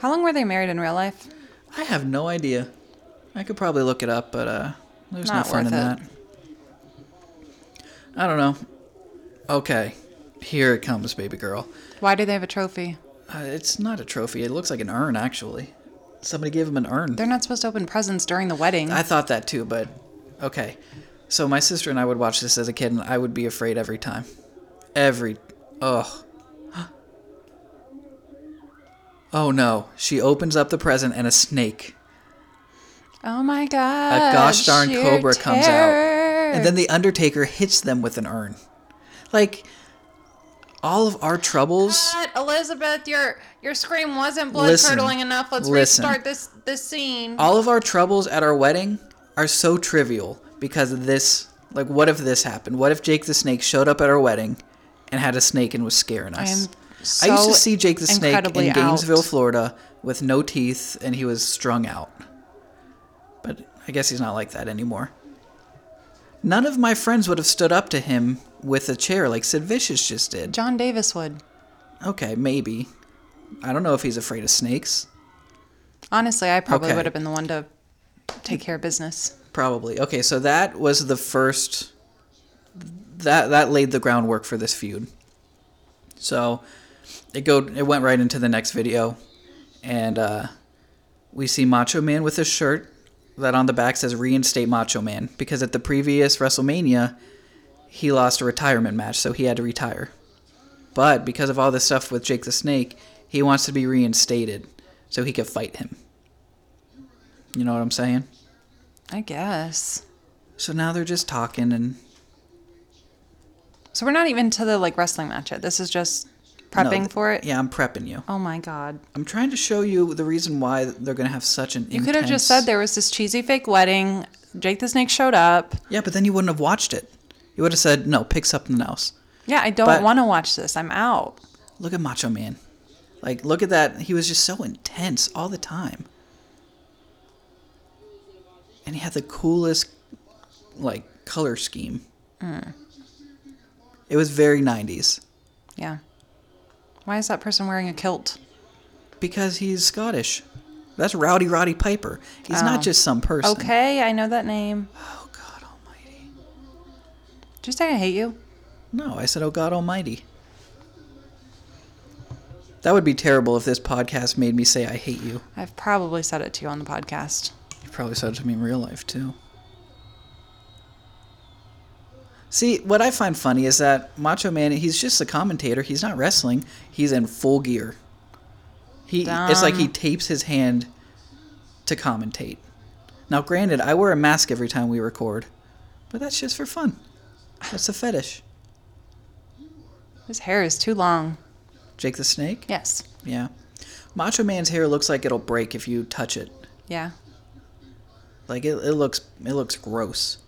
How long were they married in real life?
I have no idea. I could probably look it up, but uh, there's
Not
no fun in
worth
that. I don't know. Okay, here it comes, baby girl.
Why do they have a trophy?
Uh, it's not a trophy. It looks like an urn, actually. Somebody gave him an urn.
They're not supposed to open presents during the wedding.
I thought that too, but okay. So my sister and I would watch this as a kid, and I would be afraid every time. Every, ugh. Oh no! She opens up the present, and a snake,
oh my god.
gosh darn
sheer
cobra comes out.
terror.
and then the Undertaker hits them with an urn. Like all of our troubles.
But Elizabeth, your your scream wasn't blood
Listen.
curdling enough. Let's
Listen. Oh,
restart this this scene.
all of our troubles at our wedding are so trivial because of this. Like, what if this happened? What if Jake the Snake showed up at our wedding and had a snake and was scaring us?
am
I used
so
to see Jake the Snake
incredibly
in
out.
Gainesville, Florida, with no teeth, and he was strung out. But I guess he's not like that anymore. None of my friends would have stood up to him with a chair like Sid Vicious just did.
John Davis would.
Okay, maybe. I don't know if he's afraid of snakes.
Honestly, I probably
Okay.
would have been the one to take care of business.
Probably. Okay, so that was the first that that laid the groundwork for this feud. So it go it went right into the next video and uh we see Macho Man with a shirt that on the back says reinstate Macho Man because at the previous WrestleMania he lost a retirement match, so he had to retire. But because of all this stuff with Jake the Snake, he wants to be reinstated so he could fight him. You know what I'm saying?
I guess.
So now they're just talking, and
So we're not even to the like wrestling match yet. This is just
No,
prepping
th-
for it.
Yeah, I'm prepping you.
Oh my god.
I'm trying to show you the reason why they're gonna have such an.
You could have just said there was this cheesy fake wedding. Jake the Snake showed up.
Yeah, but then you wouldn't have watched it. You would have said no. Pick something else.
Yeah, I
But-
don't want to watch this. I'm out.
Look at Macho Man. Like, look at that. He was just so intense all the time. And he had the coolest, like, color scheme.
Mm.
It was very 90s.
Yeah. Why is that person wearing a kilt?
Because he's Scottish. That's Rowdy Roddy Piper. He's not
Oh.
just some person.
Okay, I know that name.
Oh, God Almighty.
Did you say I hate you?
No, I said, Oh God Almighty. That would be terrible if this podcast made me say I hate you.
I've probably said it to you on the podcast.
You probably said it to me in real life too. See, what I find funny is that Macho Man, he's just a commentator. He's not wrestling. He's in full gear. He it's like he
Dumb.
tapes his hand to commentate. Now, granted, I wear a mask every time we record, but that's just for fun. That's a fetish.
His hair is too long.
Jake the Snake?
Yes.
Yeah. Macho Man's hair looks like it'll break if you touch it.
Yeah.
Like it, it looks it looks gross.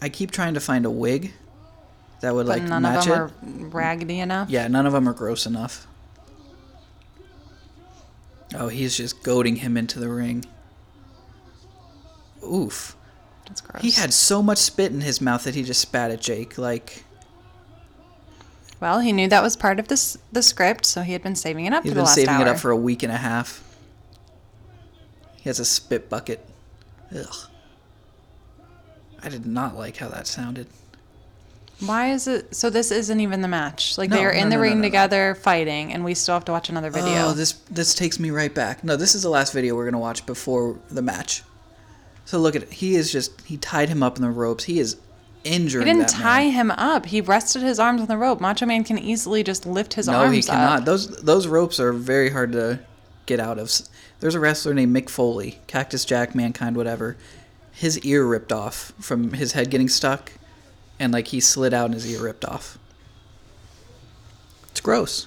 I keep trying to find a wig that would
But
like
none of
match
them
it.
are raggedy enough.
Yeah, none of them are gross enough. Oh, he's just goading him into the ring. Oof.
That's gross.
He had so much spit in his mouth that he just spat at Jake. Like
Well, he knew that was part of this the script, so he had been saving it up
he's
for the
been
last
saving
hour.
it up for a week and a half. He has a spit bucket. Ugh. I did not like how that sounded.
Why is it? So this isn't even the match. Like
No,
they are
no,
in the
no, no,
ring
no, no.
together fighting, and we still have to watch another video.
Oh, this this takes me right back. No, this is the last video we're gonna watch before the match. So look at it. He is just he tied him up in the ropes. He is
he
injuring.
didn't
that
tie
man.
him up. He rested his arms on the rope. Macho Man can easily just lift his
No,
arms
he cannot.
up.
Those those ropes are very hard to get out of. S- There's a wrestler named Mick Foley, Cactus Jack, Mankind, whatever. His ear ripped off from his head getting stuck, and like he slid out and his ear ripped off. It's gross.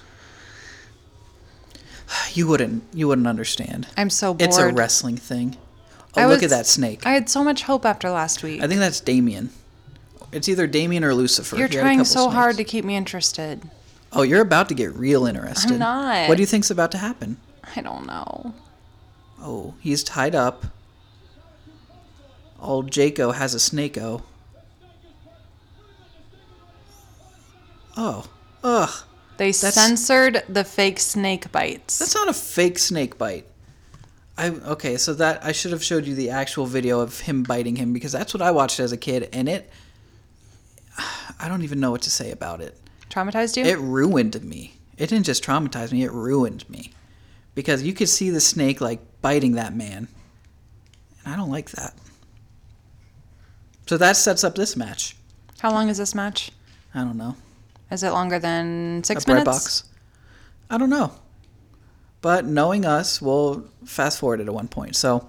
You wouldn't you wouldn't understand.
I'm so bored.
It's a wrestling thing. Oh,
I
look at
was-
that snake.
I
I,
had so much hope after last week.
think that's Damien. It's either Damien or Lucifer.
You're
He had a
trying
couple
so hard to
snakes.
keep me interested.
Oh, you're about to get real interested.
I'm not.
What do you think's about to happen?
I don't know.
Oh, he's tied up. Old Jaco has a snakeo. Oh, ugh.
They
That's-
censored the fake snake bites.
That's not a fake snake bite. I okay, so that I should have showed you the actual video of him biting him because that's what I watched as a kid and it I don't even know what to say about it.
Traumatized you?
It ruined me. It didn't just traumatize me, it ruined me. Because you could see the snake like biting that man. And I don't like that. So that sets up this match.
How long is this match?
I don't know.
Is it longer than
a
six
bread
minutes?
box. I don't know. But knowing us, we'll fast forward it at one point. So,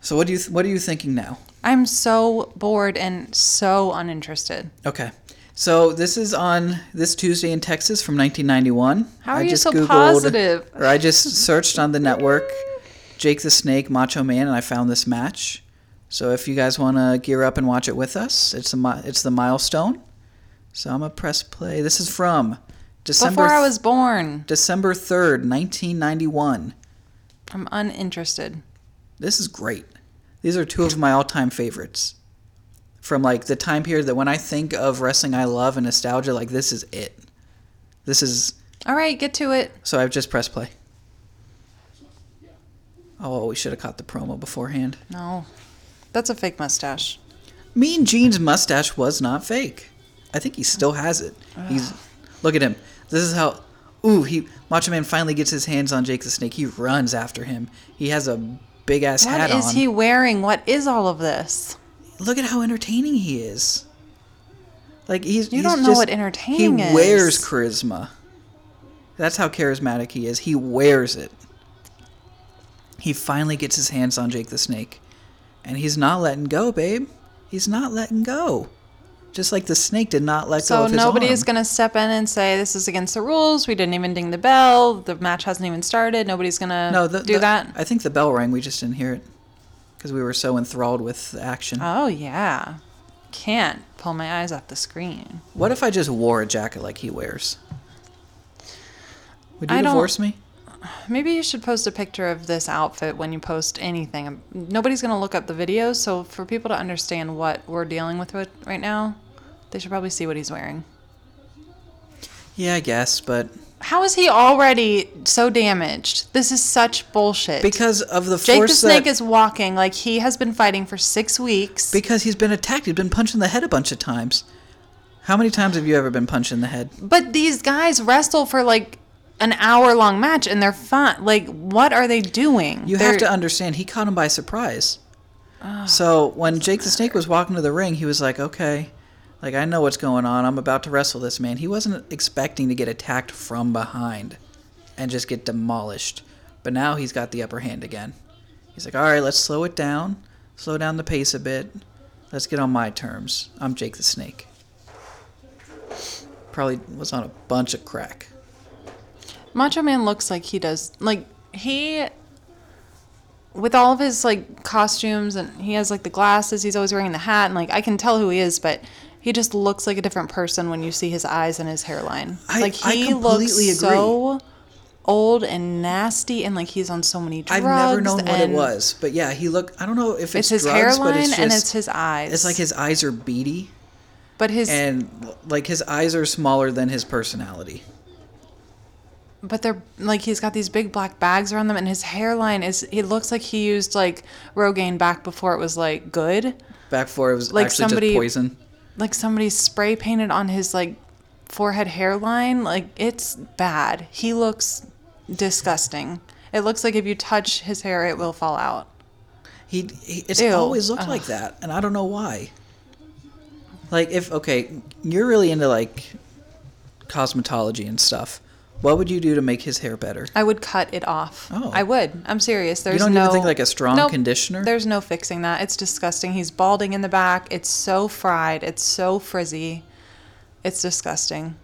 so what do you what are you thinking now?
I'm so bored and so uninterested.
Okay, so this is on this Tuesday in Texas from 1991.
How are you so positive?
Or I just searched on the network, Jake the Snake, Macho Man, and I found this match. So if you guys want to gear up and watch it with us, it's the mi- it's the milestone. So I'm gonna press play. This is from December.
Before I was born,
December 3rd, 1991.
I'm uninterested.
This is great. These are two of my all time favorites. From like the time period that when I think of wrestling I love and nostalgia, like this is it. This is.
All right, get to it.
So I've just pressed play. Oh, we should have caught the promo beforehand.
No, that's a fake mustache.
Mean Gene's mustache was not fake. I think he still has it. He's look at him. This is how ooh he Macho Man finally gets his hands on Jake the Snake. He runs after him. He has a big ass
What
hat
is
on.
he wearing? What is all of this?
Look at how entertaining he is. Like he's
You
he's
don't know
just-
what entertaining
He
is.
wears charisma. That's how charismatic he is. He wears it. He finally gets his hands on Jake the Snake. And he's not letting go, babe. He's not letting go. Just like the snake did not let go
So
of his
nobody
arm.
is going to step in and say this is against the rules. We didn't even ding the bell. The match hasn't even started. Nobody's going to
no, the,
do
the-
that.
I think the bell rang. We just didn't hear it because we were so enthralled with the action.
oh yeah, can't pull my eyes off the screen.
what if I just wore a jacket like he wears? Would you
I don't-
divorce me?
Maybe you should post a picture of this outfit when you post anything. Nobody's going to look up the videos, so for people to understand what we're dealing with with- right now, they should probably see what he's wearing.
Yeah, I guess, but
How is he already so damaged? This is such bullshit.
because of the
Jake the
force
Snake
that,
is walking like he has been fighting for six weeks.
because he's been attacked. He's been punched in the head a bunch of times. How many times have you ever been punched in the head?
but these guys wrestle for like an hour long match and they're fun. Like, what are they doing?
You
they're,
have to understand, he caught him by surprise. so when Jake the Snake was walking to the ring, he was like, okay, like, I know what's going on. I'm about to wrestle this man. He wasn't expecting to get attacked from behind and just get demolished. But now he's got the upper hand again. He's like, all right, let's slow it down, slow down the pace a bit. Let's get on my terms. I'm Jake the Snake. Probably was on a bunch of crack.
Macho Man looks like he does. Like he, with all of his like costumes and he has like the glasses. He's always wearing the hat and like I can tell who he is, but he just looks like a different person when you see his eyes and his hairline.
I-
like
I
he looks
completely
so old and nasty and like he's on so many drugs.
I've never known what it
and
was, but yeah, he looked. I don't know if
It's
it's,
his
drugs,
hairline
but it's just,
and it's his eyes.
It's like his eyes are beady,
but his
and like his eyes are smaller than his personality.
but they're like he's got these big black bags around them and his hairline is it looks like he used like Rogaine back before it was like good.
Back before it was
Like
actually
somebody-
just poison.
like somebody spray painted on his like forehead hairline. Like it's bad. He looks disgusting. It looks like if you touch his hair, it will fall out.
He, he it's
Ew.
always looked like that, and I don't know why. Like if okay, you're really into like cosmetology and stuff. What would you do to make his hair better?
I would cut it off.
Oh.
I would. I'm serious. There's
don't even
no
think, like, a strong
Nope.
conditioner?
There's no fixing that. It's disgusting. He's balding in the back. It's so fried. It's so frizzy. It's disgusting.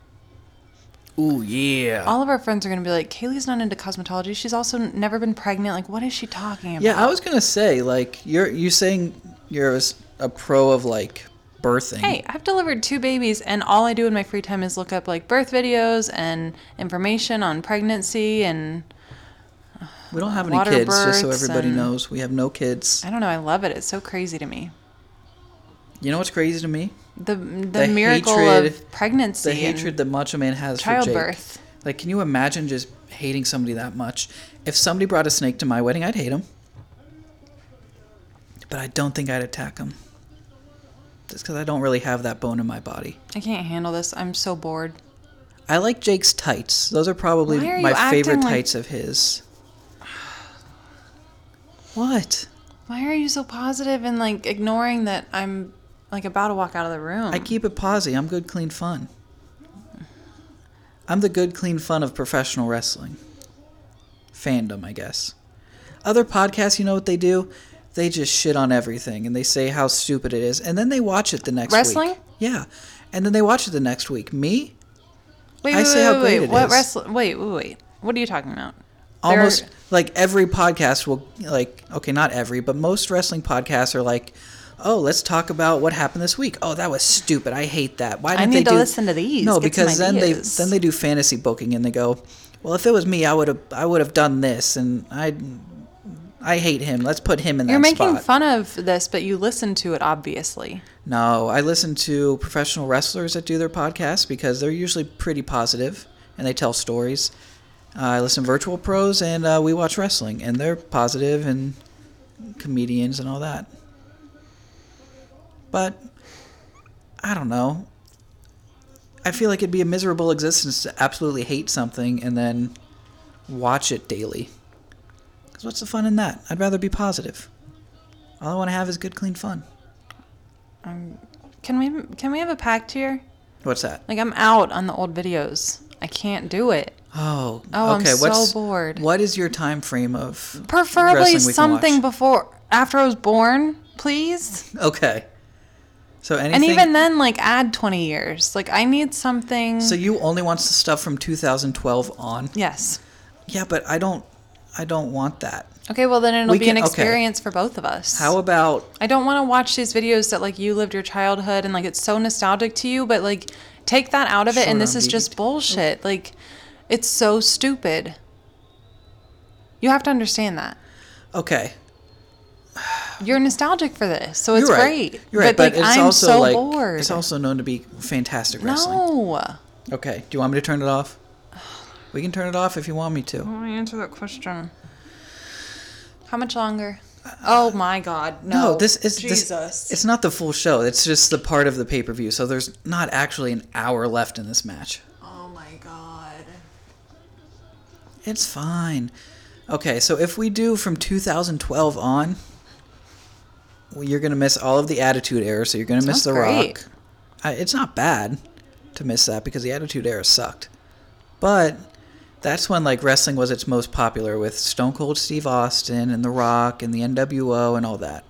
Ooh yeah.
All of our friends are gonna be like, Kaylee's not into cosmetology. She's also never been pregnant. Like, what is she talking about?
Yeah, I was gonna say like you're you saying you're a, s- a pro of like birthing.
hey, I've delivered two babies, and all I do in my free time is look up like birth videos and information on pregnancy. And
we don't have any
water
kids, just so
births
everybody
and-
knows we have no kids.
I don't know, I love it. It's so crazy to me.
You know what's crazy to me?
The the,
The
miracle
hatred-
of pregnancy,
The
and
hatred that Macho Man has for
Childbirth.
Jake. Like, can you imagine just hating somebody that much? If somebody brought a snake to my wedding, I'd hate him. But I don't think I'd attack him. Just because I don't really have that bone in my body.
I can't handle this. I'm so bored.
I like Jake's tights. Those are probably
Why are you
my
acting
favorite
like-
tights of his. What?
Why are you so positive and like ignoring that I'm like about to walk out of the room?
I keep it posy. I'm good, clean fun. I'm the good, clean fun of professional wrestling. Fandom, I guess. Other podcasts, you know what they do? They just shit on everything and they say how stupid it is. And then they watch it the next
Wrestling?
week. Yeah. And then they watch it the next week. Me?
wait,
I
wait,
say
wait,
how
wait,
great
wait.
it
What
is.
wrestle? Wait, wait, wait. What are you talking about? There-
almost like every podcast will like okay not every but most wrestling podcasts are like oh let's talk about what happened this week oh that was stupid i hate that why didn't
need
they
to
do...
listen to these,
no
get some
because then they
ideas.
then they do fantasy booking and they go well if it was me i would have i would have done this and i i hate him let's put him in that
You're making
spot
fun of this, but you listen to it obviously.
no i listen to professional wrestlers that do their podcasts because they're usually pretty positive and they tell stories uh, i listen to virtual pros and uh, we watch wrestling and they're positive and comedians and all that. But I don't know. I feel like it'd be a miserable existence to absolutely hate something and then watch it daily. Because what's the fun in that? I'd rather be positive. All I want to have is good, clean fun.
Can we can we have a pact here?
What's that?
Like I'm out on the old videos. I can't do it.
Oh,
Oh, I'm
okay.
so
what's,
bored.
What is your time frame of
Preferably
wrestling we can
something
watch?
before after I was born, please.
okay. So anything.
And even then, like add 20 years. Like I need something.
so you only want the stuff from 2012 on.
yes.
Yeah, but I don't I don't want that.
Okay. Well, then it'll
We
be
can-
an
okay.
experience for both of us.
How about
I don't want to watch these videos that like you lived your childhood and like it's so nostalgic to you, but like take that out of it.
Short
And this
on
is just
beat.
bullshit. Like it's so stupid. You have to understand that.
okay.
You're nostalgic for this, so it's
You're right.
great.
You're right, but,
like,
it's
I'm
also
so
like
bored.
it's also known to be fantastic wrestling.
no.
Okay. Do you want me to turn it off? We can turn it off if you want me to.
Let me answer that question. How much longer? Oh my God! No,
No, this is this-
Jesus.
it's not the full show. It's just the part of the pay per view. So there's not actually an hour left in this match.
oh my God!
It's fine. Okay, so if we do from 2012 on, well, you're gonna miss all of the Attitude Era. So you're gonna miss
Sounds
The
great.
Rock. I, it's not bad to miss that because the Attitude Era sucked, but that's when like wrestling was its most popular with Stone Cold Steve Austin and The Rock and the NWO and all that.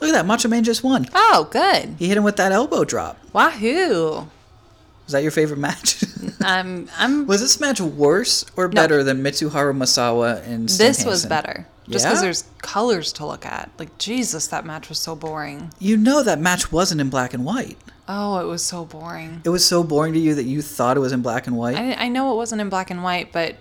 Look at that, Macho Man just won.
Oh, good.
He hit him with that elbow drop.
Wahoo.
Was that your favorite match?
I'm I'm
was this match worse or
No.
better than Mitsuharu Masawa and Stan
this was
Hansen?
better. Just because
Yeah?
there's colors to look at. Like Jesus, that match was so boring.
You know that match wasn't in black and white.
Oh, it was so boring.
It was so boring to you that you thought it was in black and white.
I I know it wasn't in black and white, but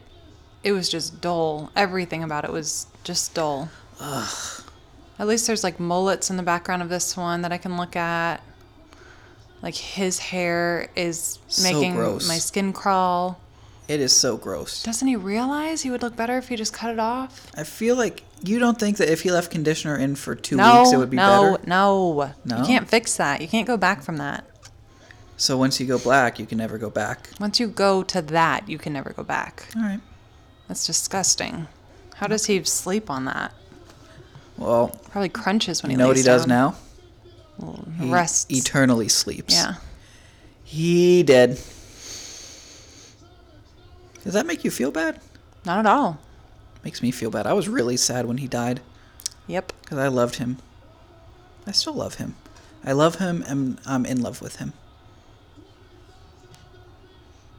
it was just dull. Everything about it was just dull. At least there's like mullets in the background of this one that I can look at. Like his hair is
So
making
gross.
my skin crawl.
It is so gross.
Doesn't he realize he would look better if he just cut it off?
I feel like you don't think that if he left conditioner in for two
No,
weeks, it would be
no,
better.
no,
No?
You can't fix that. You can't go back from that.
So once you go black, you can never go back.
Once you go to that, you can never go back.
All right.
That's disgusting. How does he sleep on that?
Well,
Probably crunches when he
you know what
lays
he does
down.
now? He
Rests.
eternally sleeps.
Yeah.
He did. Does that make you feel bad?
Not at all.
Makes me feel bad. I was really sad when he died.
Yep.
because I loved him. I still love him. I love him and I'm in love with him.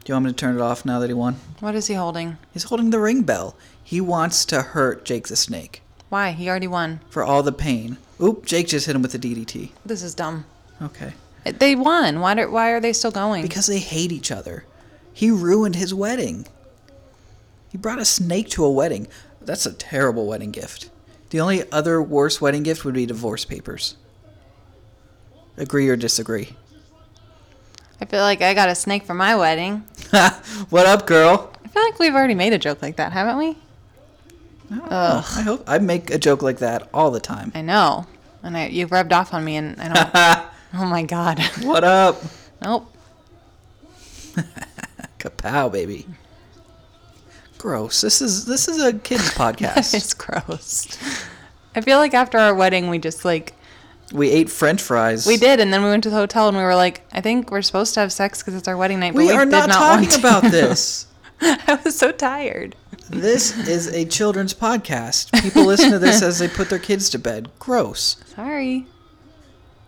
Do you want me to turn it off now that he won?
What is he holding?
He's holding the ring bell. He wants to hurt Jake the Snake
Why? He already won.
for all the pain. Oop, Jake just hit him with the DDT.
This is dumb.
Okay.
Uh, They won. Why, do, why are they still going?
Because they hate each other. He ruined his wedding. He brought a snake to a wedding. That's a terrible wedding gift. The only other worse wedding gift would be divorce papers. Agree or disagree?
I feel like I got a snake for my wedding.
what up, girl?
I feel like we've already made a joke like that, haven't we?
Oh, I hope I make a joke like that all the time.
I know. And I, you've rubbed off on me, and I don't. oh my God.
What up?
nope.
Kapow, baby. Gross. This is this is a kids podcast.
It's gross. I feel like after our wedding, we just like
We ate French fries.
we did, and then we went to the hotel, and we were like, I think we're supposed to have sex because it's our wedding night.
We,
but
are
did
not,
want
talking
to.
about this.
I was so tired.
This is a children's podcast. People listen to this as they put their kids to bed. Gross.
Sorry.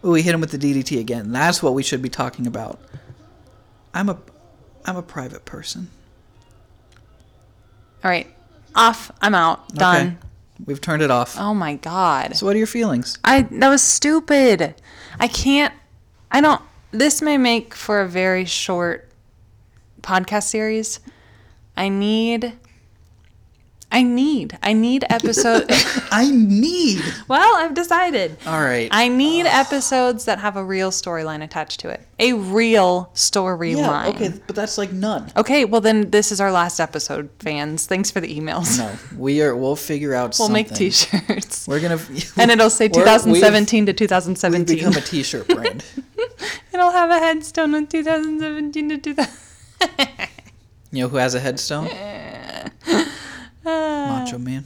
Ooh, we hit him with the DDT again. That's what we should be talking about. I'm a I'm a private person.
All right, off. I'm out. Done.
Okay. We've turned it off.
Oh my god.
So what are your feelings?
I that was stupid. I can't. I don't. This may make for a very short podcast series. I need. I need. I need episode.
I need
well, I've decided.
All right.
I need episodes that have a real storyline attached to it. A real storyline.
yeah, okay, but that's like none.
Okay, well then this is our last episode, fans. Thanks for the emails.
No, we are. We'll figure out.
we'll make
something.
t-shirts.
We're gonna
and it'll say
We're- we've-
2017 to
We've
2017.
become a t-shirt brand.
It'll have a headstone in 2017 to 2000.
you know who has a headstone? Macho Man.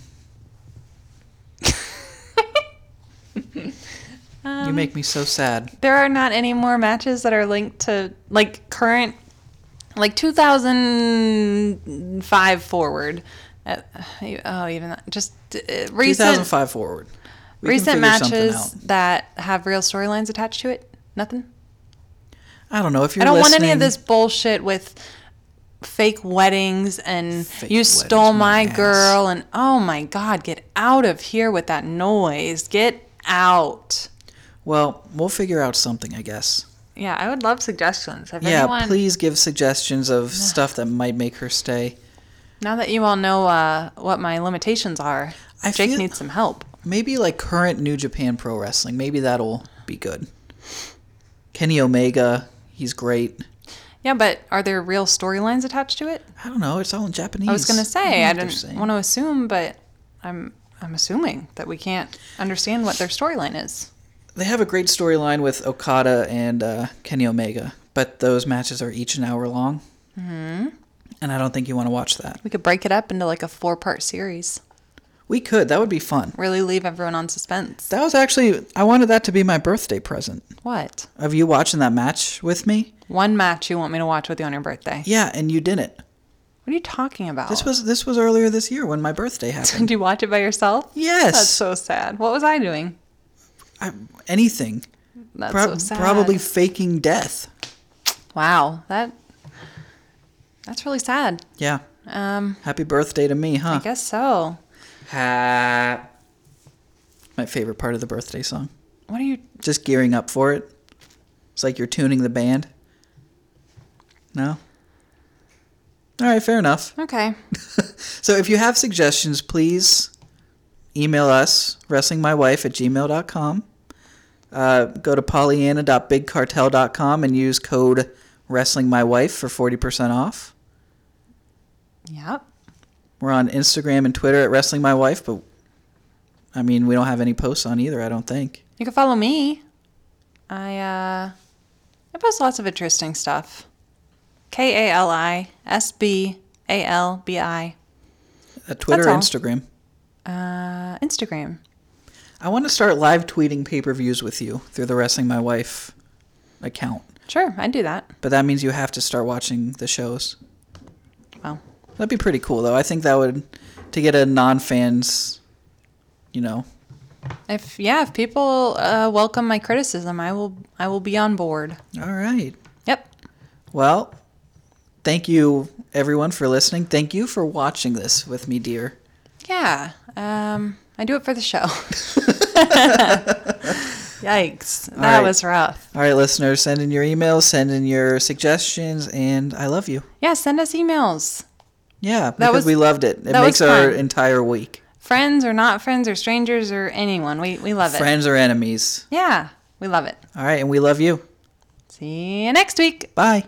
Um,
you make me so sad.
There are not any more matches that are linked to like current, like 2005 forward. Uh, oh, even that, just uh, recent
2005 forward. We can
recent
figure something
matches
out.
that have real storylines attached to it. Nothing.
I don't know if you're.
I don't want
listening,
any of this bullshit with fake weddings and
Fake
you
weddings,
stole
my
my,
ass.
girl and oh my god, get out of here with that noise. Get out.
Well, we'll figure out something, I guess.
Yeah, I would love suggestions. If
Yeah,
anyone,
please give suggestions of stuff that might make her stay.
now that you all know uh, what my limitations are,
I
Jake
feel-
needs some help.
Maybe like current New Japan Pro Wrestling. Maybe that'll be good. Kenny Omega, he's great.
Yeah, but are there real storylines attached to it?
I don't know. It's all in Japanese.
I was gonna say
don't know
I
what they're
didn't
saying.
want to assume, but I'm I'm assuming that we can't understand what their storyline is.
They have a great storyline with
Mm-hmm.
Okada and uh, Kenny Omega, but those matches are each an hour long. and I don't think you want to watch that.
We could break it up into like a four part series.
We could. That would be fun.
Really leave everyone on suspense.
That was actually I wanted that to be my birthday present
What?
of you watching that match with me.
One match you want me to watch with you on your birthday.
Yeah, and you didn't.
What are you talking about?
This was this was earlier this year when my birthday happened.
Did you watch it by yourself?
Yes.
That's so sad. What was I doing?
I, anything.
That's
Prob-
so sad.
Probably faking death.
Wow. That. That's really sad.
Yeah.
Um,
Happy birthday to me, huh?
I guess so.
Ha. My favorite part of the birthday song.
What are you?
Just gearing up for it. It's like you're tuning the band. No? All right, fair enough.
Okay.
So if you have suggestions, please email us, wrestlingmywife at gmail.com. Uh, go to pollyanna.bigcartel.com and use code wrestlingmywife for 40% off.
Yep.
We're on Instagram and Twitter at wrestlingmywife, but I mean, we don't have any posts on either, I don't think.
You can follow me. I uh, I post lots of interesting stuff. K A L I S B A L B I.
Uh, Twitter or
all.
Instagram.
Uh, Instagram.
I want to start live tweeting pay per views with you through the Wrestling My Wife account,
Sure, I do that.
but that means you have to start watching the shows.
Well,
That'd be pretty cool, though. I think that would to get a non fans, you know.
if yeah, if people uh, welcome my criticism, I will I will be on board.
All right.
Yep.
Well, thank you everyone for listening. Thank you for watching this with me, dear.
Yeah. Um, I do it for the show. Yikes, that
right.
was rough.
All right, listeners, send in your emails, send in your suggestions, and I love you.
Yeah, send us emails.
Yeah, because
was-
we loved it. It
that
makes
was
our
fun.
entire week.
Friends or not friends or strangers or anyone, we we love it.
Friends or enemies.
Yeah, we love it.
All right, and we love you.
See you next week.
Bye.